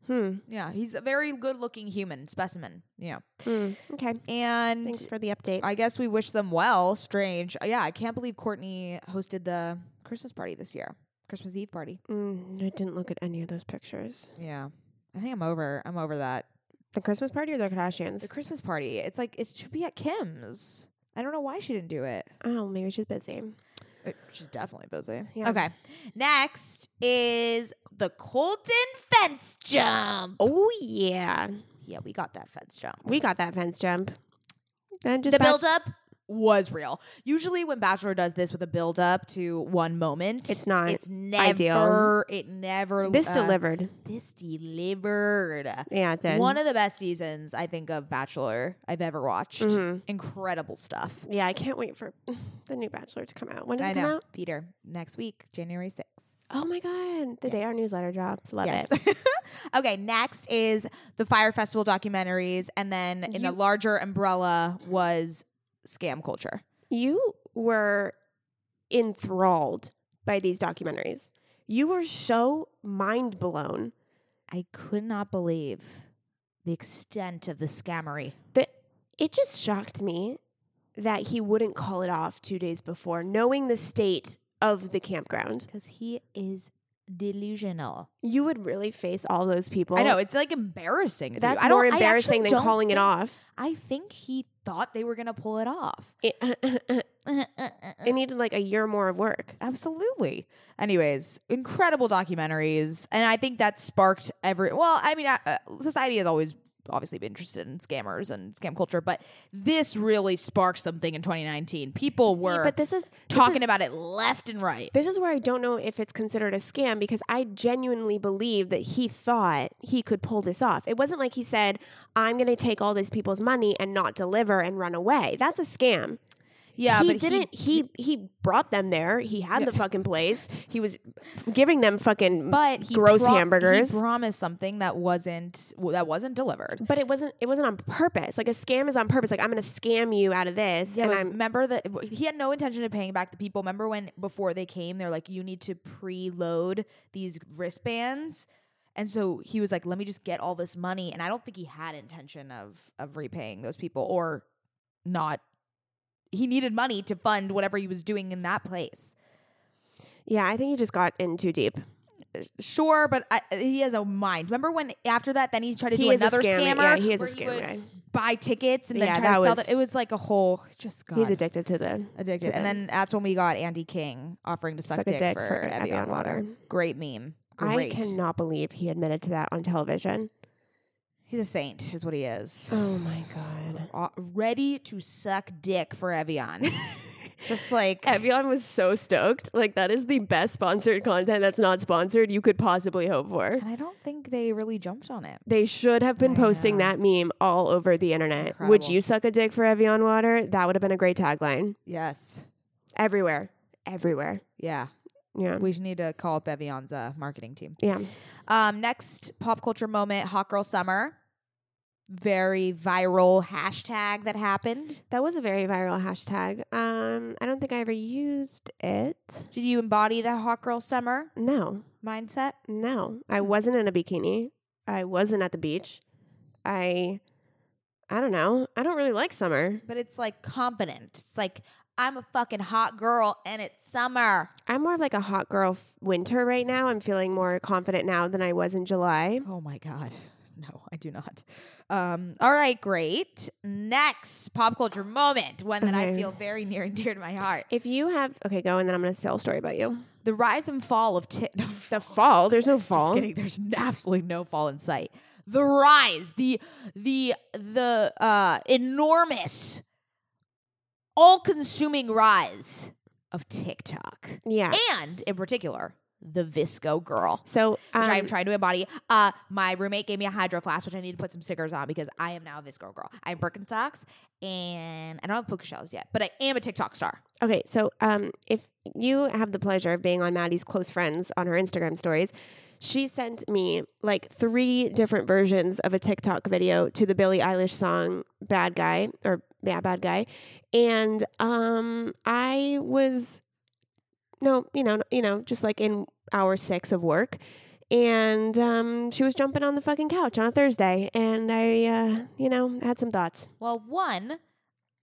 C: Hmm.
B: Yeah, he's a very good-looking human specimen. Yeah,
C: Hmm. Okay.
B: and
C: Thanks for the update.
B: I guess we wish them well. Strange. Uh, Yeah, I can't believe Courtney hosted the Christmas party this year. Christmas Eve party.
C: Mm, I didn't look at any of those pictures.
B: Yeah, I think I'm over. I'm over that.
C: The Christmas party or the
B: The
C: Kardashians?
B: Christmas party. It's like it should be at Kim's. I don't know why she didn't do it.
C: Oh, maybe she's busy.
B: Uh, She's definitely busy.
C: Yeah.
B: Okay. Next is the Colton fence jump.
C: Oh yeah,
B: Yeah, we got that fence jump.
C: we got that fence jump. Then just
B: the
C: back-
B: build up was real. Usually when Bachelor does this with a build up to one moment,
C: It's not
B: it's never
C: ideal.
B: it never
C: This
B: uh,
C: delivered.
B: This delivered.
C: Yeah, it did.
B: One of the best seasons I think of Bachelor I've ever watched.
C: Mhm.
B: Incredible stuff.
C: Yeah, I can't wait for the new Bachelor to come out. When does
B: I
C: it come
B: know.
C: out?
B: Peter, next week, January 6th.
C: Oh my god, the day our
B: Yes.
C: newsletter drops. Love
B: yes.
C: it.
B: okay, next is the Fire Festival documentaries. And then in the
C: You-
B: larger umbrella was scam culture.
C: You were enthralled by these documentaries. You were so mind blown
B: I could not believe the extent of the scammery.
C: that it just shocked me that he wouldn't call it off two days before, knowing the state of the campground.
B: Because he is delusional.
C: You would really face all those people.
B: I know. It's like embarrassing. of you.
C: That's
B: I don't-
C: more
B: I actually
C: embarrassing than
B: don't
C: calling it
B: think-
C: off.
B: I think he thought they were going to pull it off.
C: It, it needed like a year more of work.
B: Absolutely. Anyways, incredible documentaries, and I think that sparked every. Well, I mean, uh, uh, society has always obviously been interested in scammers and scam culture, but this really sparked something in 2019. People
C: See,
B: were
C: but this is
B: talking
C: This is,
B: about it left and right.
C: this is where I don't know if it's considered a scam because I genuinely believe that he thought he could pull this off. It wasn't like he said, "I'm going to take all these people's money and not deliver and run away." That's a scam.
B: Yeah,
C: he
B: but
C: didn't. He he, brought them there. He had
B: Yeah.
C: the fucking place. He was giving them fucking.
B: but he
C: gross
B: he
C: hamburgers.
B: promised something that wasn't well, that wasn't delivered.
C: but it wasn't. It wasn't on purpose. Like a scam is on purpose. Like I'm going to scam you out of this,
B: Yeah,
C: and
B: but
C: I'm
B: remember that he had no intention of paying back the people. Remember when before they came, they're like, "You need to preload these wristbands," and so he was like, "Let me just get all this money." And I don't think he had intention of of repaying those people or not. He needed money to fund whatever he was doing in that place.
C: Yeah, I think he just got in too deep.
B: Sure, but I, he has a mind. Remember when after that, then he tried to
C: He
B: do
C: is a
B: another
C: scammer.
B: scammer.
C: Yeah, he is a
B: where would
C: scammer. guy.
B: Buy tickets and then
C: Yeah,
B: try to
C: that
B: sell
C: was-
B: them. It was like a whole just. God.
C: He's addicted to the
B: addicted.
C: to
B: And
C: them.
B: then that's when we got Andy King offering to suck, dick, for, Evian water. Great meme. Great.
C: I cannot believe he admitted to that on television.
B: He's a saint, is what he is.
C: Oh my god.
B: Aw- uh, Ready to suck dick for Evian. Just like
C: Evian was so stoked. Like that is the best sponsored content that's not sponsored you could possibly hope for.
B: and I don't think they really jumped on it.
C: They should have been
B: I
C: posting
B: know.
C: that meme all over the internet. Would
B: Incredible.
C: you suck a dick for Evian water? That would have been a great tagline.
B: Yes.
C: Everywhere. Everywhere.
B: Yeah.
C: Yeah.
B: We should need to call up Evian's uh, marketing team.
C: Yeah.
B: Um, next pop culture moment, Hot Girl Summer. Very viral hashtag that happened.
C: That was a very viral hashtag. Um, I don't think I ever used it.
B: Did you embody the Hot Girl Summer
C: No.
B: mindset?
C: No, I wasn't in a bikini. I wasn't at the beach. I, I don't know. I don't really like summer.
B: but it's like confident. It's like I'm a fucking hot girl and it's summer.
C: I'm more of like a hot girl f- winter right now. I'm feeling more confident now than I was in July.
B: Oh my god. No, I do not. Um, all right, great. Next pop culture moment, one that I
C: Okay.
B: feel very near and dear to my heart.
C: If you have okay, go and then I'm gonna tell a story about you.
B: The rise and fall of tit.
C: The fall. There's no
B: Just
C: fall.
B: kidding. There's n- absolutely no fall in sight. The rise, the the the uh enormous all consuming rise of TikTok.
C: Yeah.
B: And in particular, the Visco girl.
C: So
B: Which I am
C: um,
B: trying to embody. Uh, my roommate gave me a hydro flask, which I need to put some stickers on because I am now a Visco girl. I'm Birkenstocks, and I don't have poker shells yet, but I am a TikTok star.
C: Okay, so um, if you have the pleasure of being on Maddie's close friends on her Instagram stories, she sent me like three different versions of a TikTok video to the Billie Eilish song "Bad Guy" or "Yeah, Bad Guy," and um, I was no, you know, you know, just like in hour six of work, and um, she was jumping on the fucking couch on a Thursday, and I, uh, you know, had some thoughts.
B: Well, one,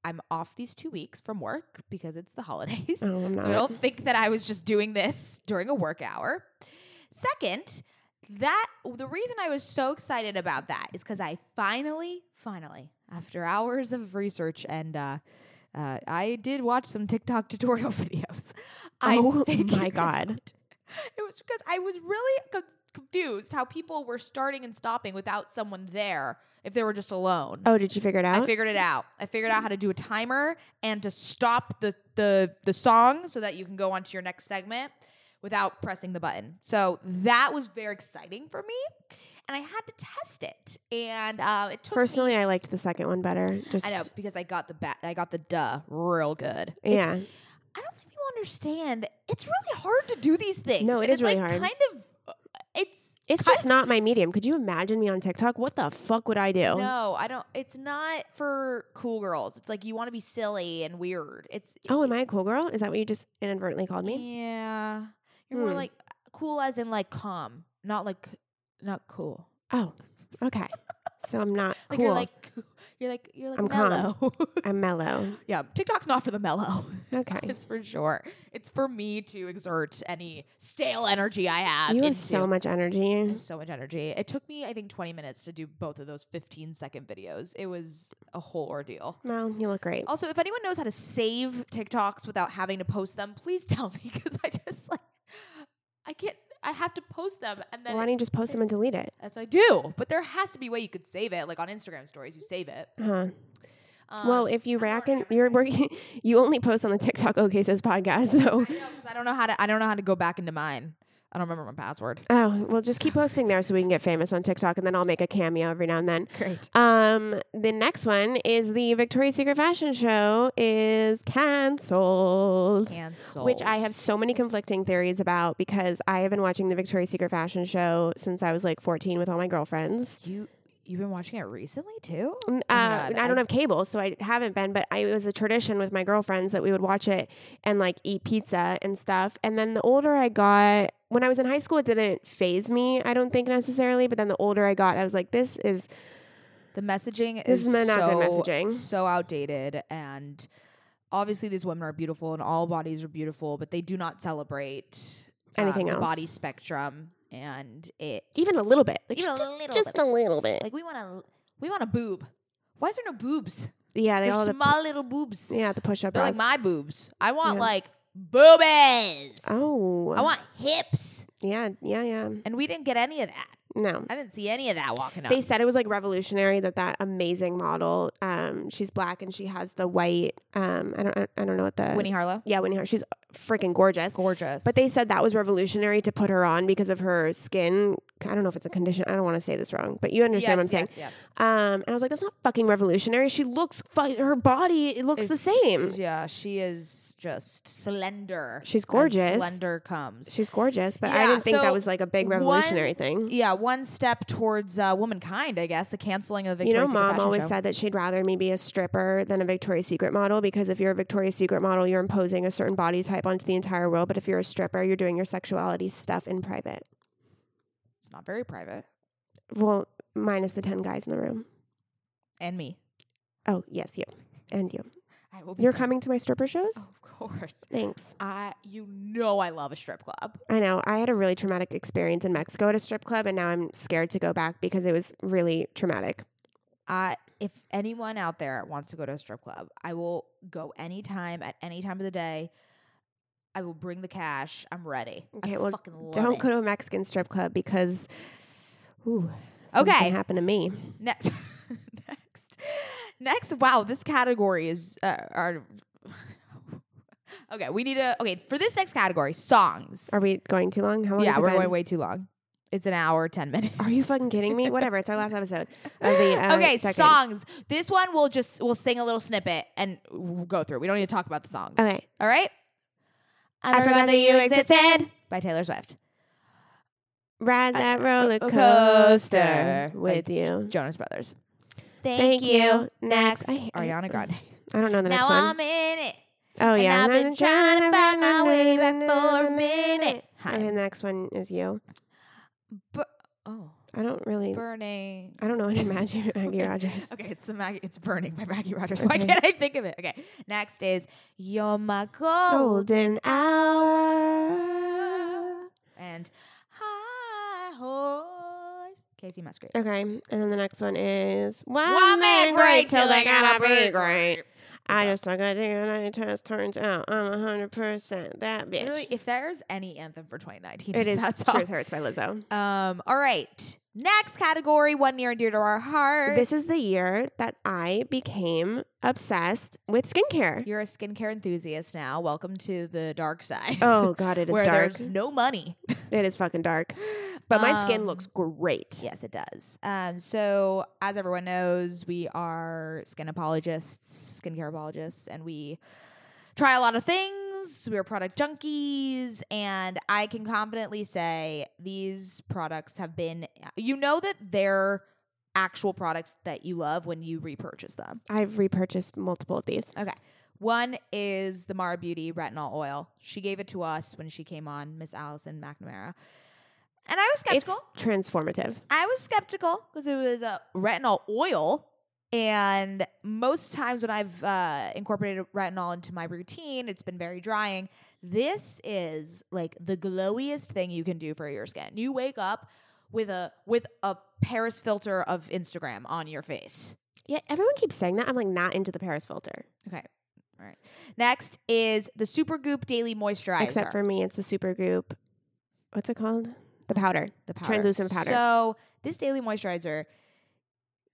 B: I'm off these two weeks from work because it's the holidays.
C: Oh, I'm
B: So I don't think that I was just doing this during a work hour. Second, that the reason I was so excited about that is because I finally, finally, after hours of research and uh, uh, I did watch some TikTok tutorial videos.
C: Oh my
B: figured
C: God.
B: out- It was because I was really co- confused how people were starting and stopping without someone there if they were just alone.
C: Oh, did you figure it out?
B: I figured it out. I figured out how to do a timer and to stop the the the song so that you can go on to your next segment without pressing the button. So that was very exciting for me, and I had to test it. And uh, it took me-
C: Personally, I liked the second one better. Just
B: I know because I got the bat. I got the duh real good. It's-
C: Yeah.
B: I don't think people understand. It's really hard to do these things.
C: No, it
B: and
C: is
B: it's like
C: really hard.
B: Kind of. uh, It's
C: It's
B: Cut-
C: just not my medium. Could you imagine me on TikTok? What the fuck would I do?
B: no, I don't. It's not for cool girls. It's like you want to be silly and weird. It's
C: Oh, am I a cool girl? Is that what you just inadvertently called me?
B: Yeah. You're more
C: Hmm.
B: like cool as in like calm, not like not cool.
C: Oh, okay. So I'm not
B: Like
C: cool.
B: you're like coo- you're like you're like
C: I'm calm.
B: mellow.
C: I'm mellow.
B: yeah, TikTok's not for the mellow.
C: Okay.
B: It's for sure. It's for me to exert any stale energy I have.
C: You
B: into
C: have so much
B: I
C: energy.
B: have so much energy. It took me, I think, 20 minutes to do both of those 15 second videos. It was a whole ordeal.
C: Well, you look great.
B: Also, if anyone knows how to save TikToks without having to post them, please tell me because I just like I can't. I have to post them and then
C: Why don't you just post them and delete it?
B: that's what I do. But there has to be a way you could save it, like on Instagram stories, you save it.
C: Huh.
B: Um,
C: well, if you
B: I don't
C: rack and
B: remember.
C: you're working, you only post on the TikTok OK Says podcast. So,
B: I know, 'cause I don't know how to. I don't know how to go back into mine. I don't remember my password.
C: oh, well, just keep posting there so we can get famous on TikTok and then I'll make a cameo every now and then.
B: Great.
C: Um, the next one is the Victoria's Secret fashion show is canceled.
B: Cancel.
C: Which I have so many conflicting theories about because I have been watching the Victoria's Secret fashion show since I was like 14 with all my girlfriends.
B: You you've been watching it recently too?
C: Mm,
B: Oh my
C: Uh,
B: God,
C: I don't
B: I-
C: have cable, so I haven't been, but I, it was a tradition with my girlfriends that we would watch it and like eat pizza and stuff. And then the older I got, when I was in high school, it didn't phase me, I don't think necessarily. But then the older I got, I was like, this is
B: The messaging
C: This
B: is
C: is not
B: so,
C: good messaging.
B: so outdated and obviously these women are beautiful and all bodies are beautiful, but they do not celebrate um,
C: Anything
B: the
C: else.
B: body spectrum and it
C: even a little bit. Like,
B: even a
C: just,
B: little
C: just
B: bit.
C: a little bit.
B: like we want a we want a boob. Why is there no boobs?
C: Yeah, they
B: They're
C: all the,
B: small little boobs.
C: yeah the push up
B: They're
C: bras.
B: like my boobs. I want
C: Yeah.
B: like boobies.
C: oh,
B: I want hips.
C: yeah, yeah, yeah.
B: And we didn't get any of that.
C: No,
B: I didn't see any of that walking up.
C: they said it was like revolutionary that that amazing model. Um, she's black and she has the white. Um, I don't, I, I don't know what the
B: Winnie Harlow.
C: Yeah, Winnie. Har- She's freaking gorgeous.
B: Gorgeous.
C: But they said that was revolutionary to put her on because of her skin. I don't know if it's a condition. I don't want to say this wrong, but you understand what I'm saying.
B: yes, yes.
C: Um, and I was like, that's not fucking revolutionary. She looks, fu- her body it looks the
B: It's-
C: same.
B: Yeah, she is just slender.
C: She's
B: as
C: gorgeous.
B: Slender comes.
C: She's gorgeous, but I
B: Yeah,
C: didn't think
B: so
C: that was like a big
B: one-
C: revolutionary thing.
B: yeah, one step towards uh, womankind, I guess. The canceling of the
C: You know,
B: Victoria's Secret
C: mom
B: fashion
C: always
B: show.
C: said that she'd rather me be a stripper than a Victoria's Secret model because if you're a Victoria's Secret model, you're imposing a certain body type onto the entire world. But if you're a stripper, you're doing your sexuality stuff in private.
B: it's not very private.
C: Well, minus the 10 guys in the room.
B: And me,
C: Oh, yes, you. And you.
B: I will be. Oh,
C: You're coming to my stripper shows?
A: Oh,
B: of course.
C: Thanks.
B: I, you know, I love a strip club.
C: I know. I had a really traumatic experience in Mexico at a strip club, and now I'm scared to go back because it was really traumatic.
B: I, if anyone out there wants to go to a strip club, I will go anytime at any time of the day. I will bring the cash. I'm ready.
C: Okay,
B: I
C: well,
B: fucking love
C: Don't
B: it.
C: go to a Mexican strip club because, ooh,
B: Okay.
C: happened to me.
B: Next, next, next. Wow, this category is uh, are okay, we need a okay for this next category songs.
C: Are we going too long? How long?
B: yeah,
C: has it
B: we're
C: been?
B: going way too long. It's an hour ten minutes.
C: Are you fucking kidding me? Whatever. It's our last episode of the uh,
B: okay,
C: second.
B: songs. This one we'll just we'll sing a little snippet and we'll go through. We don't need to talk about the songs.
C: Okay.
B: All right. I,
C: forgot that you existed.
B: by Taylor Swift.
C: Ride
B: I-
A: Uh,
C: that roller
B: coaster
C: coaster
B: by
C: with you.
B: Jonas Brothers.
C: Thank you. Next.
B: I
C: I
B: hate
C: hate-
B: Ariana Grande.
C: I don't know the next
A: now
C: one.
A: I'm in it.
C: oh
A: and
C: yeah.
A: I've been trying to find my way back for a minute.
B: Hi.
C: Okay, the next one is you.
A: Bu- oh,
C: I don't really.
A: burning.
C: I don't know any Maggie Maggie Rogers.
B: Okay, it's the Maggie, it's burning by Maggie Rogers. Why
C: Okay.
B: can't I think of it? Okay, next is You're My Gold
C: Golden hour.
B: and High Horse. Casey Musgraves.
C: Okay, and then the next one is
B: Woman
C: Woman great,
B: great
C: till they gotta be great. I
B: So-
C: just took a DNA test. Turns out I'm hundred percent that bitch.
B: Really, if there's any anthem for 2019,
C: it
B: it's
C: is
B: that song.
C: Truth Hurts by Lizzo.
B: Um, all right. Next category, one near and dear to our heart.
C: This is the year that I became obsessed with skincare.
B: You're a skincare enthusiast now. Welcome to the dark side.
C: Oh god, it is
B: where
C: dark.
B: there's no money.
C: It is fucking dark. But my skin
B: Um,
C: looks great.
B: Yes, it does. Um, so, as everyone knows, we are skin apologists, skincare apologists, and we try a lot of things. We are product junkies, and I can confidently say these products have been, you know, that they're actual products that you love when you repurchase them.
C: I've repurchased multiple of these.
B: One is the Mara Beauty retinol oil. She gave it to us when she came on, Miss Allison McNamara. And I was skeptical.
C: It's transformative.
B: I was skeptical because it was a retinol oil. And most times when I've uh, incorporated retinol into my routine, it's been very drying. This is like the glowiest thing you can do for your skin. You wake up with a with a Paris filter of Instagram on your face.
C: Yeah, everyone keeps saying that. I'm like not into the Paris filter.
B: Okay. All right. Next is the Super Goop Daily Moisturizer.
C: Except for me, it's the super group. What's it called? The powder.
B: the powder.
C: translucent powder.
B: So this daily moisturizer,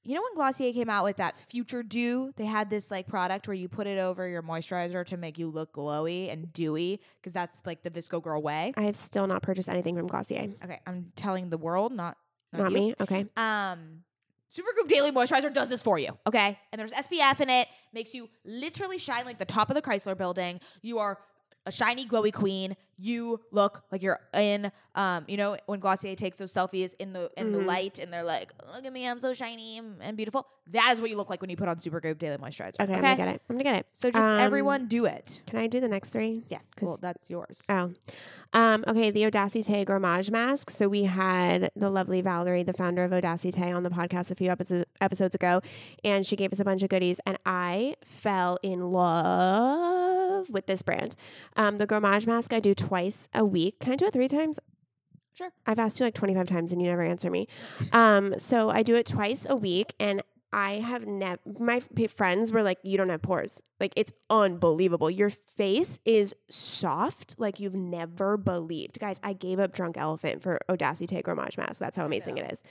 B: you know when Glossier came out with that Future Dew, they had this like product where you put it over your moisturizer to make you look glowy and dewy because that's like the Visco Girl way.
C: I have still not purchased anything from Glossier.
B: Okay, I'm telling the world, not not,
C: Not
B: you.
C: me. Okay.
B: Um, Supergoop Daily Moisturizer does this for you, okay? And there's SPF in it, makes you literally shine like the top of the Chrysler Building. You are a shiny, glowy queen. You look like you're in, um, you know, when Glossier takes those selfies in the in the
C: Mhm.
B: light, and they're like, "Look at me, I'm so shiny and- and beautiful." That is what you look like when you put on Supergoop Daily Moisturizer.
C: Okay,
B: Okay,
C: I'm gonna get it. I'm gonna get it.
B: so just
C: Um,
B: everyone do it.
C: Can I do the next three?
B: Yes,
C: 'cause-
B: well, that's yours.
C: Oh. Um, okay, the Audacité Gourmage mask. So we had the lovely Valerie, the founder of Audacité, on the podcast a few episo- episodes ago, and she gave us a bunch of goodies, and I fell in love with this brand. Um, the Gourmage mask I do twice a week. Can I do it three times?
B: Sure.
C: I've asked you like 25 times and you never answer me. Um, so I do it twice a week, and I have never, my f- friends were like, you don't have pores. Like, it's unbelievable. Your face is soft like you've never believed. Guys, I gave up Drunk Elephant for Audacity Gourmage Mask. That's how amazing it is.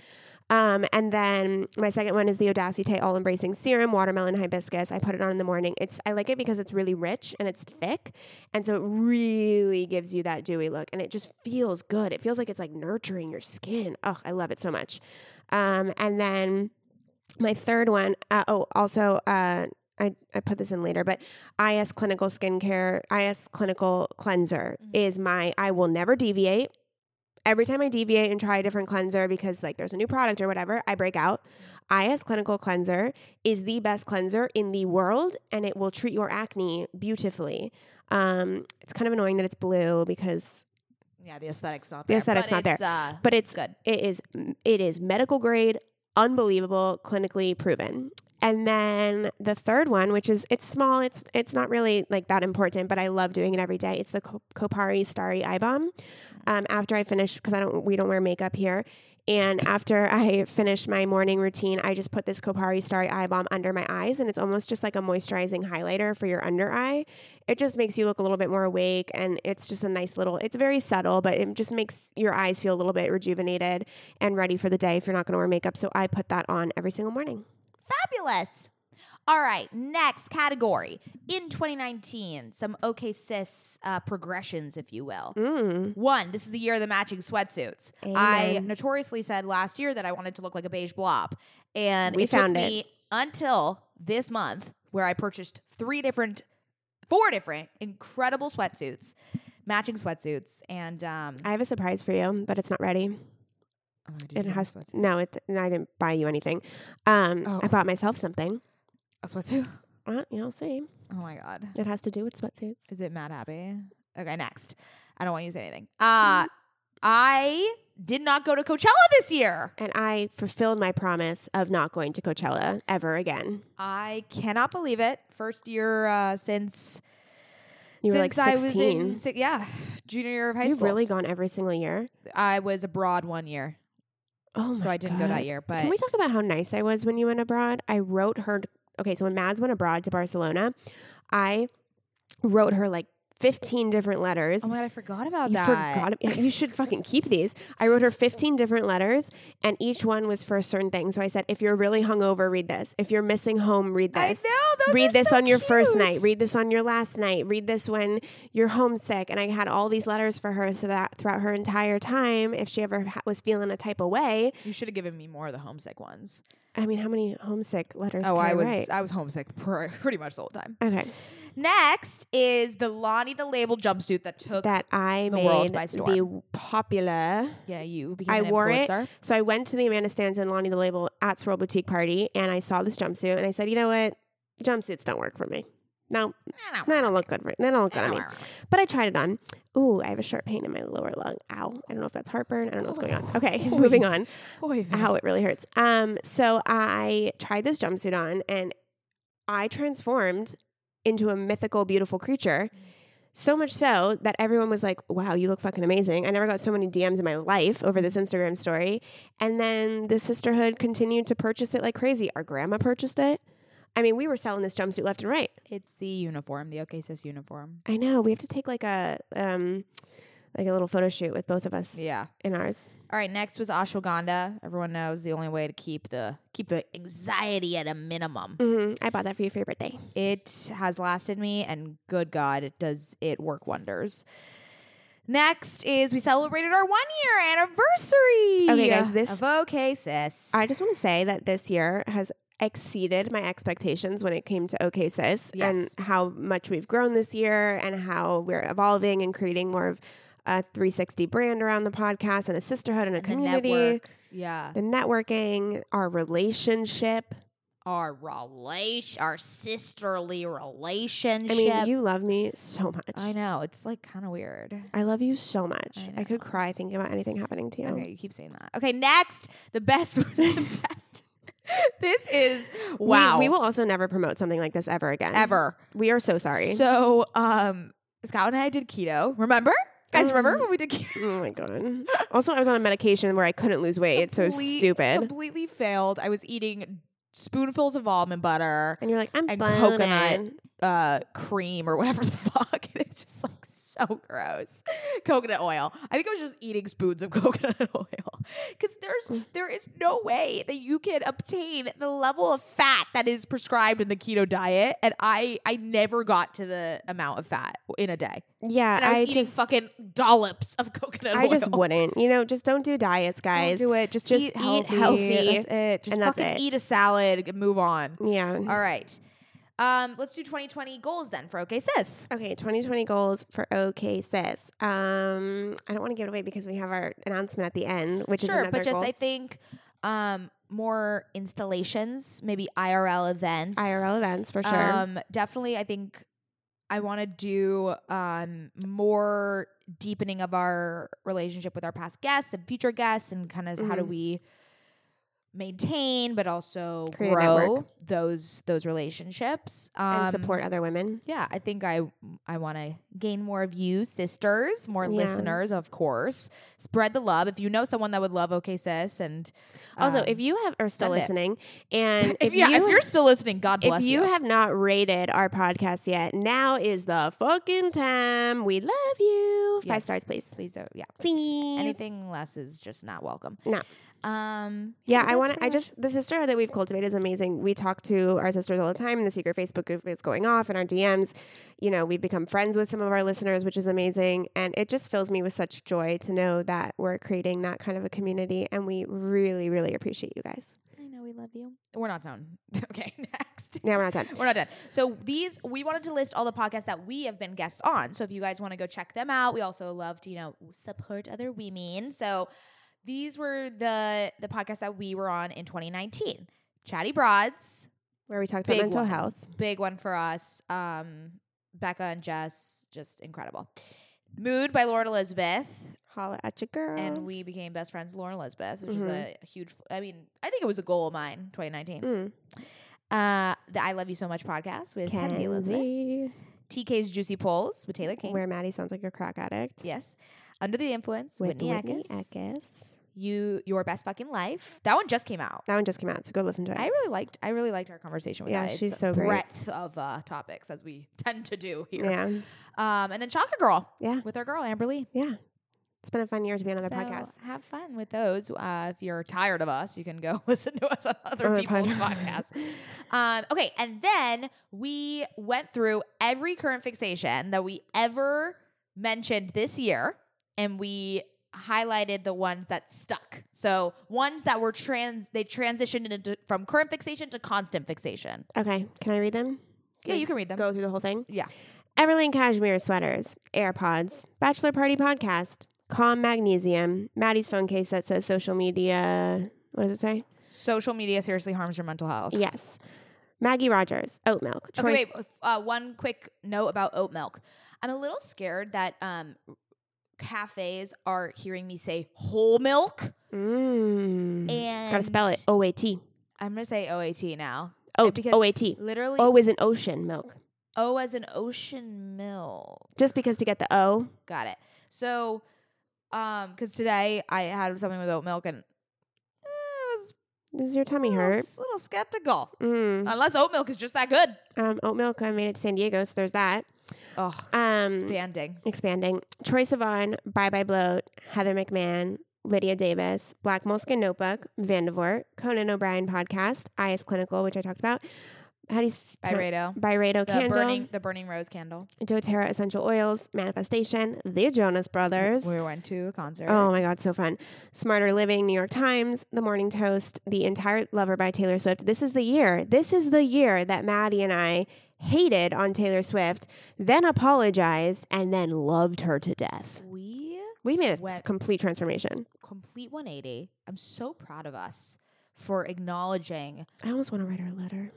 C: Um, and then my second one is the Audacity All Embracing Serum, Watermelon Hibiscus. I put it on in the morning. It's I like it because it's really rich and it's thick. And so it really gives you that dewy look and it just feels good. It feels like it's like nurturing your skin. Oh, I love it so much. Um, and then my third one, uh, oh, also, uh, I, I put this in later, but IS Clinical Skincare, IS Clinical Cleanser
B: Mhm.
C: is my, I will never deviate. Every time I deviate and try a different cleanser because like there's a new product or whatever, I break out. IS Clinical Cleanser is the best cleanser in the world and it will treat your acne beautifully. Um, it's kind of annoying that it's blue because,
B: Yeah, the aesthetic's not
C: The
B: there.
C: aesthetic's
B: but
C: not
B: it's, Uh,
C: but it's
B: good.
C: it is it is medical grade, unbelievable, clinically proven. And then the third one, which is it's small, it's it's not really like that important, but I love doing it every day. It's the Co- Kopari Starry Eye Balm. Um, after I finish, because I don't we don't wear makeup here, and after I finish my morning routine, I just put this Kopari Starry Eye Balm under my eyes, and it's almost just like a moisturizing highlighter for your under eye. It just makes you look a little bit more awake, and it's just a nice little. It's very subtle, but it just makes your eyes feel a little bit rejuvenated and ready for the day if you're not going to wear makeup. So I put that on every single morning.
B: Fabulous. All right, next category. In 2019, some OK Sis uh, progressions, if you will.
C: Mm.
B: One, this is the year of the matching sweatsuits. I
C: Amen.
B: notoriously said last year that I wanted to look like a beige blob. And
C: We
B: it
C: found
B: took
C: it.
B: me until this month where I purchased three different, four different incredible sweatsuits, matching sweatsuits. And um,
C: I have a surprise for you, but it's not ready.
D: Oh, I do have
C: It
D: a
C: has
D: sweats-
C: no. It. no, I didn't buy you anything. Um,
D: Oh.
C: I bought myself something.
D: a sweatsuit.
C: Uh, you'll see.
B: oh my God.
C: It has to do with sweatsuits.
B: Is it Mad Happy? Okay, next. I don't want to use anything.
C: Mm-hmm.
B: Uh, I did not go to Coachella this year.
C: And I fulfilled my promise of not going to Coachella ever again.
B: I cannot believe it. First year uh, since
C: You were like
B: since I was
C: 16.
B: in si- yeah junior year of high
C: You've
B: school.
C: really gone every single year.
B: I was abroad one year,
C: Oh my
B: so I didn't go
C: God.
B: that year. But
C: Can we talk about how nice I was when you went abroad? I wrote her. Okay, so when Mads went abroad to Barcelona, I wrote her like 15 different letters.
B: oh my god, I forgot about
C: you
B: that.
C: forgot. ab- You should fucking keep these. I wrote her 15 different letters, and each one was for a certain thing. So I said, if you're really hungover, read this. If you're missing home, read
B: I
C: this.
B: know. Those
C: read
B: are
C: this
B: so
C: on your first
B: cute.
C: night. Read this on your last night. Read this when you're homesick. And I had all these letters for her so that throughout her entire time, if she ever ha- was feeling a type of way,
B: You should have given me more of the homesick ones.
C: I mean, how many homesick letters?
B: Oh,
C: can I,
B: I was uh,
C: write?
B: I was homesick pr- pretty much the whole time.
C: okay.
B: Next is the Lonnie the Label jumpsuit that took.
C: That I
B: the world
C: made
B: by
C: the
B: storm.
C: popular.
B: yeah, you. Became
C: I
B: an
C: wore it.
B: influencer.
C: So I went to the Amanda Stans and Lonnie the Label at Swirl Boutique party, and I saw this jumpsuit, and I said, you know what, jumpsuits don't work for me. No,
B: I don't
C: they don't look good. For, they don't look good on me.
B: wear it.
C: But I tried it on. Ooh, I have a sharp pain in my lower lung. Ow. I don't know if that's heartburn. I don't know what's going on. Okay, moving on.
D: Oy vey.
C: Ow, it really hurts. Um, so I tried this jumpsuit on and I transformed into a mythical, beautiful creature. So much so that everyone was like, wow, you look fucking amazing. I never got so many DMs in my life over this Instagram story. And then the sisterhood continued to purchase it like crazy. Our grandma purchased it. I mean, we were selling this jumpsuit left and right.
B: It's the uniform, the OK Sis uniform.
C: I know. We have to take like a um like a little photo shoot with both of us
B: Yeah.
C: in ours.
B: All right, next was ashwagandha. Everyone knows the only way to keep the keep the anxiety at a minimum.
C: hmm I bought that for you for your birthday.
B: It has lasted me and good god, it does it work wonders. Next is we celebrated our 1 year anniversary.
C: Okay, guys, this-
B: of okay sis.
C: I just want to say that this year has exceeded my expectations when it came to OK Sis
B: Yes.
C: and how much we've grown this year and how we're evolving and creating more of a 360 brand around the podcast and a sisterhood and a
B: And
C: community.
B: the network. Yeah.
C: The networking, our relationship.
B: Our relation our sisterly relationship.
C: I mean, you love me so much.
B: I know. It's like kind of weird.
C: I love you so much.
B: I
C: I, could
B: know.
C: cry thinking about anything happening to you.
B: Okay, you keep saying that. Okay, next, the best, the best. This is
C: We-
B: wow.
C: We, will also never promote something like this ever again.
B: ever.
C: We are so sorry.
B: So, um, Scott and I did keto. Remember, guys? remember
C: Um,
B: when we did keto?
C: oh my god. Also, I was on a medication where I couldn't lose weight. It's so
B: Complete-
C: stupid.
B: Completely failed. I was eating spoonfuls of almond butter,
C: And you're like, I'm
B: and
C: bloated.
B: coconut. uh, cream, or whatever the fuck. And it's just like so gross. Coconut oil. I think I was just eating spoons of coconut oil because there's
C: Mm.
B: there is no way that you can obtain the level of fat that is prescribed in the keto diet. And I I never got to the amount of fat in a day.
C: Yeah,
B: And I was
C: I,
B: eating
C: just,
B: fucking dollops of coconut
C: I
B: oil.
C: just wouldn't. You know, just don't do diets,
B: Don't
C: guys.
B: do it. Just,
C: Just
B: eat,
C: eat
B: healthy.
C: healthy.
B: That's it. Just
C: And that's
B: fucking
C: it. Mm.
B: eat a salad and move on.
C: yeah.
B: All right. Um, let's do 2020 goals then for OK Sis.
C: Okay, 2020 goals for OK Sis. Um, I don't want to give it away because we have our announcement at the end, which is
B: sure,
C: another
B: but just
C: goal.
B: I think um, more installations, maybe IRL events,
C: IRL events for sure.
B: Um, definitely, I think I want to do um, more deepening of our relationship with our past guests and future guests, and kind of how do
C: Mhm.
B: we maintain, but also
C: Create a
B: grow
C: network.
B: those those relationships um,
C: and support other women.
B: yeah, I think I I want to gain more of you, sisters, more
C: Yeah.
B: listeners, of course. Spread the love. If you know someone that would love OK Sis, and
C: Also,
B: um,
C: if you have are still
B: send it.
C: listening, and
B: if, yeah, if you're still listening, God bless
C: If you have not rated our podcast yet, now is the fucking time. We love you. Five
B: Yes.
C: stars, please.
B: Please, do yeah.
C: Please.
B: Anything less is just not welcome.
C: No.
B: Um.
C: Yeah, I
B: that's
C: want to. I just the sisterhood that we've cultivated is amazing. We talk to our sisters all the time. The secret Facebook group is going off, and our DMs. You know, we've become friends with some of our listeners, which is amazing, and it just fills me with such joy to know that we're creating that kind of a community, and we really, really appreciate you guys.
B: I know we love you. We're not done. Okay, next.
C: Now we're not done.
B: We're not done. So these we wanted to list all the podcasts that we have been guests on. So if you guys want to go check them out, we also love to you know support other women. So these were the the podcasts that we were on in 2019. Chatty Broads,
C: Where we talked about
B: Big
C: mental
B: one.
C: health.
B: big one for us. Um, Becca and Jess, just incredible. Mood by Lauren Elizabeth,
C: Holla at your girl.
B: and we became best friends. Lauren Elizabeth, which was
C: Mhm.
B: a huge. I mean, I think it was a goal of mine. 2019.
C: Mm.
B: Uh, the I Love You So Much podcast with Kennedy Elizabeth.
C: Kenzie.
B: TK's Juicy Polls with Taylor King.
C: Where Maddie sounds like a crack addict.
B: Yes. Under the Influence,
C: With
B: Whitney,
C: Whitney
B: Eckes.
C: Eckes.
B: You Your Best Fucking Life. That one just came out.
C: That one just came out, so go listen to it.
B: I really liked I really liked our conversation with
C: Yeah,
B: that. It's
C: she's
B: a
C: so great.
B: breadth of uh, topics as we tend to do here.
C: yeah,
B: Um, and then Chaka Girl.
C: Yeah.
B: With our girl, Amber Lee.
C: yeah. It's been a fun year to be on other
B: So
C: podcasts.
B: Have fun with those. Uh, if you're tired of us, you can go listen to us on other
C: Other
B: people's
C: podcasts.
B: podcasts. Um, okay. And then we went through every current fixation that we ever mentioned this year, and we highlighted the ones that stuck. So ones that were trans, they transitioned into, from current fixation to constant fixation.
C: Okay, can I read them?
B: Yeah, you
C: just
B: can read them.
C: Go through the whole thing.
B: Yeah.
C: Everlane cashmere sweaters, AirPods, bachelor party podcast, calm magnesium, Maddie's phone case that says social media. What does it say?
B: Social media seriously harms your mental health.
C: Yes. Maggie Rogers, oat milk.
B: Okay,
C: Troy-
B: wait. f- Uh, one quick note about oat milk. I'm a little scared that um, cafes are hearing me say whole milk,
C: Mm.
B: and
C: Gotta spell it. O A T.
B: I'm gonna say OAT now.
C: Oat.
B: because-
C: O A T.
B: Literally,
C: O is an ocean milk.
B: O as an ocean milk.
C: Just because to get the O.
B: Got it. So, um, because today I had something with oat milk and eh, I was
C: Does your
B: a
C: tummy
B: little,
C: hurt?
B: s- little skeptical.
C: Mm.
B: Unless oat milk is just that good.
C: Um, oat milk. I made it to San Diego, so there's that.
B: Oh,
C: Um,
B: expanding.
C: expanding. Troy Sivan, Bye Bye Bloat, Heather McMahon, Lydia Davis, Black Moleskin Notebook, Vandevort, Conan O'Brien Podcast, IS Clinical, which I talked about. How do you
B: By Rado.
C: Byredo
B: The
C: Candle,
B: burning, the burning rose candle.
C: doTERRA Essential Oils, Manifestation, The Jonas Brothers.
B: We went to a concert.
C: Oh my God, so fun. Smarter Living, New York Times, The Morning Toast, The Entire Lover by Taylor Swift. This is the year. This is the year that Maddie and I hated on Taylor Swift, then apologized, and then loved her to death.
B: We
C: We made a
B: Wet.
C: complete transformation.
B: complete 180. I'm so proud of us for acknowledging
C: I almost want to write her a letter.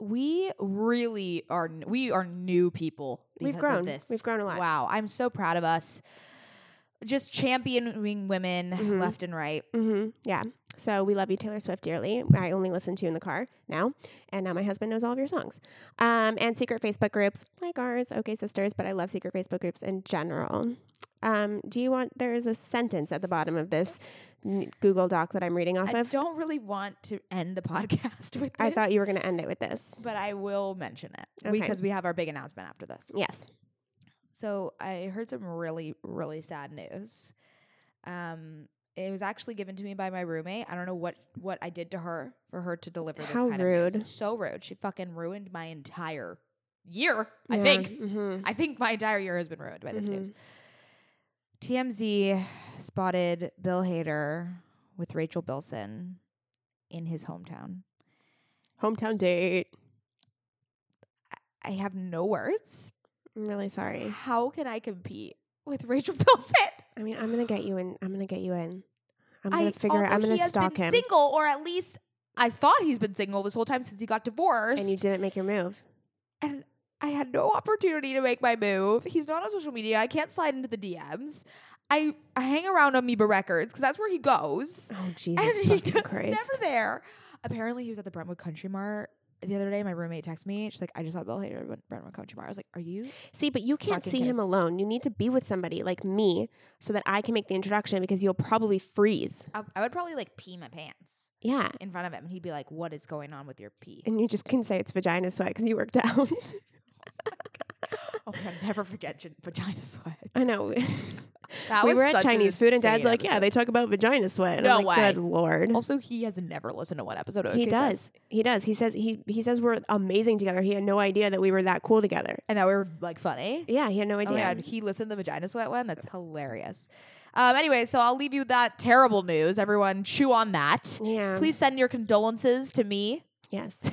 B: we really are n- we are new people
C: We've
B: because
C: grown.
B: of this.
C: We've grown a lot.
B: Wow, I'm so proud of us. Just championing women
C: Mhm.
B: left and right.
C: Mm-hmm. Yeah. So we love you, Taylor Swift, dearly. I only listen to you in the car now, and now my husband knows all of your songs. Um, and secret Facebook groups like ours, okay, sisters. But I love secret Facebook groups in general. Um, do you want? There is a sentence at the bottom of this n- Google Doc that I'm reading off
B: I
C: of.
B: don't really want to end the podcast with this,
C: I thought you were going to end it with this.
B: but I will mention it
C: Okay.
B: because we have our big announcement after this.
C: Yes.
B: So I heard some really, really sad news. Um, it was actually given to me by my roommate. I don't know what what I did to her for her to deliver this
C: How
B: kind of
C: rude.
B: news. So rude. She fucking ruined my entire year. I
C: Yeah.
B: think.
A: Mm-hmm.
C: Mhm.
B: I think my entire year has been ruined by this
C: Mhm.
B: news. TMZ spotted Bill Hader with Rachel Bilson in his hometown.
C: Hometown date.
B: I have no words.
C: I'm really sorry.
B: How can I compete with Rachel Bilson?
C: I mean, I'm going to get you in. I'm going to get you in. I'm going
B: I-
C: to figure.
B: also,
C: I'm going
B: he
C: to
B: has
C: stalk
B: been
C: him.
B: Single, or at least I thought he's been single this whole time since he got divorced.
C: And you didn't make your move.
B: And I had no opportunity to make my move. He's not on social media. I can't slide into the DMs. I, I hang around Amoeba Records because that's where he goes.
C: Oh Jesus
B: and he
C: fucking
B: just
C: Christ!
B: never there. Apparently, he was at the Brentwood Country Mart the other day. My roommate texted me. She's like, "I just saw Bill Hader at Brentwood Country Mart." I was like, "Are you?"
C: See, but you can't
B: Fucking
C: see
B: kidding.
C: him alone. You need to be with somebody like me so that I can make the introduction because you'll probably freeze.
B: I, I would probably like pee my pants
C: Yeah.
B: in front of him, and he'd be like, "What is going on with your pee?"
C: And you just can say it's vagina sweat because you worked out.
A: Oh, man, never forget gin- vagina sweat.
C: I know.
A: That
C: we
A: was
C: were at
A: such an
C: Chinese food, and Dad's
A: insane
C: like, "Yeah,
A: episode.
C: they talk about vagina sweat." And
B: No
C: I'm like,
B: way.
C: Good lord.
B: Also, he has never listened to one episode of
C: he
B: OKSS.
C: does. He does. He says he he says we're amazing together. He had no idea that we were that cool together.
B: and that we were like funny.
C: Yeah, he had no
B: Oh
C: idea.
B: my god, he listened to the vagina sweat one. That's hilarious. Um, anyway, so I'll leave you with that terrible news. Everyone, chew on that.
C: yeah.
B: Please send your condolences to me.
C: Yes.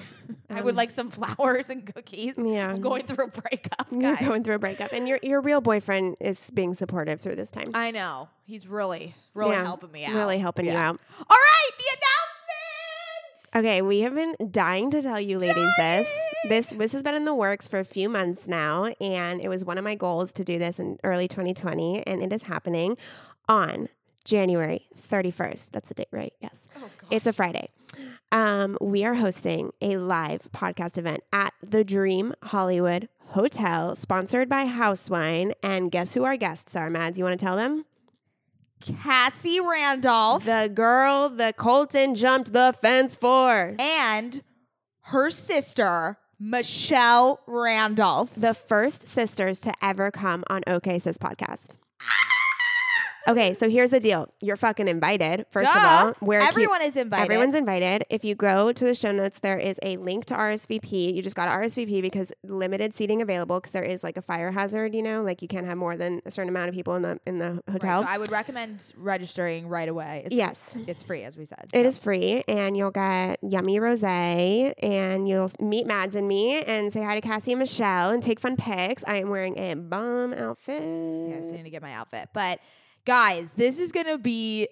B: I would
C: Um,
B: like some flowers and cookies.
C: Yeah.
B: I'm going through a breakup,
C: You're
B: guys.
C: going through a breakup, and your your real boyfriend is being supportive through this time.
B: I know he's really, really
C: Yeah,
B: helping me out.
C: Really helping you
B: Yeah.
C: out.
B: All right, the announcement.
C: Okay, we have been dying to tell you ladies this. This this has been in the works for a few months now, and it was one of my goals to do this in early 2020, and it is happening on January 31st. That's the date, right? Yes.
B: Oh, gosh.
C: It's a Friday. Um, we are hosting a live podcast event at the Dream Hollywood Hotel, sponsored by House Wine. And guess who our guests are, Mads? You want to tell them?
B: Cassie Randolph
C: The girl the Colton jumped the fence for.
B: and her sister Michelle Randolph.
C: The first sisters to ever come on OK Sis podcast. Okay, so here's the deal. You're fucking invited, first
B: Duh.
C: of all. We're cu-
B: Everyone is invited.
C: Everyone's invited. If you go to the show notes, there is a link to RSVP. You just got to RSVP because limited seating available because there is like a fire hazard. You know, like you can't have more than a certain amount of people in the in the
B: Right,
C: hotel.
B: so I would recommend registering right away. It's,
C: yes,
B: it's free, as we said.
C: it
B: so.
C: is free, and you'll get yummy rosé, and you'll meet Mads and me, and say hi to Cassie and Michelle, and take fun pics. I am wearing a bomb outfit.
B: Yes, I need to get my outfit. But guys, this is gonna be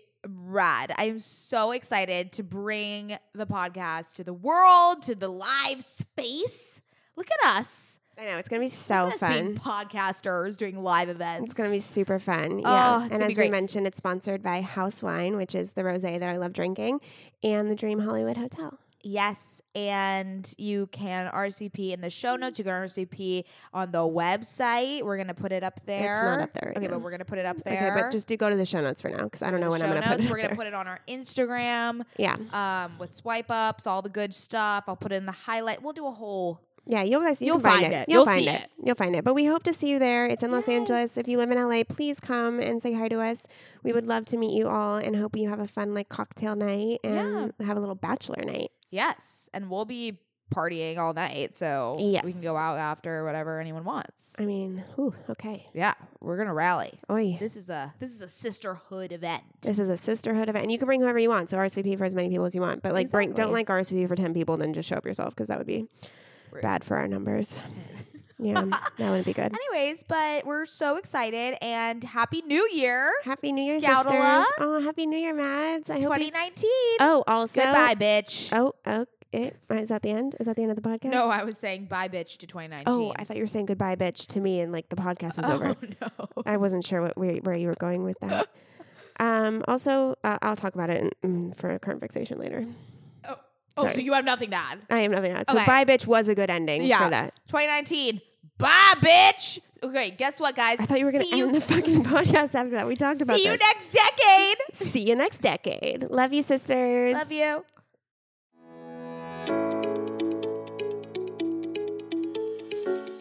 B: rad. I am so excited to bring the podcast to the world, to the live space. Look at us.
C: I know it's gonna be so
B: Look at us being
C: fun.
B: podcasters doing live events.
C: It's gonna be super fun.
B: Oh, it's
C: yeah.
B: gonna
C: And
B: be
C: as
B: great.
C: we mentioned, it's sponsored by House Wine, which is the rosé that I love drinking, and the Dream Hollywood Hotel.
B: Yes, and you can RSVP in the show
C: Mm-hmm.
B: notes. You can RSVP on the website. We're gonna put it up there.
C: up there right
B: okay,
C: now.
B: but we're gonna put it up there.
C: Okay, but just do go to the show notes for now because I don't know
B: The
C: when I'm
B: show
C: gonna put
B: notes.
C: it.
B: We're
C: up
B: gonna put it on our Instagram.
C: there. Yeah,
B: um, with swipe ups, all the good stuff. I'll put it in the highlight. We'll do a whole.
C: yeah. You'll guys, you
B: You'll
C: can find,
B: find
C: it.
B: it.
C: You'll,
B: You'll
C: find
B: see
C: it.
B: it.
C: You'll find it. But we hope to see you there. It's in Los Angeles.
B: Yes.
C: If you live in LA, please come and say hi to us. We would love to meet you all and hope you have a fun like cocktail night and have a little bachelor night.
B: Yes, and we'll be partying all night, so
C: Yes.
B: we can go out after whatever anyone wants.
C: I mean, whew, okay.
B: yeah, we're gonna rally.
C: Oi.
B: This is a this is a sisterhood event.
C: This is a sisterhood event, and you can bring whoever you want. So RSVP for as many people as you want, but like bring
B: Exactly.
C: don't like RSVP for ten people, then just show up yourself because that would be
B: Rude.
C: bad for our numbers. Yeah, that wouldn't be good.
B: Anyways, but we're so excited and happy New Year,
C: Happy New Year,
B: Scoutala.
C: sisters! Oh, Happy New Year, Mads! I hope. You-
B: 2019.
C: oh, also.
B: Goodbye, bitch.
C: Oh, oh, it, is that the end? Is that the end of the podcast?
B: no, I was saying bye, bitch, to 2019.
C: Oh, I thought you were saying goodbye, bitch, to me, and like the podcast was over.
B: Oh, no.
C: I wasn't sure what where, where you were going with that. um. Also, uh, I'll talk about it in, mm, for a current fixation later.
B: Oh, oh so
C: Sorry.
B: you have nothing to add.
C: I am nothing else. So,
B: Okay.
C: bye, bitch, was a good ending
B: Yeah.
C: for that.
B: 2019. Bye, bitch. Okay, guess what, guys?
C: I thought you were going
B: See
C: to end the fucking podcast after that. We talked about
B: See you
C: this.
B: next decade.
C: See you next decade. Love you, sisters.
B: Love you.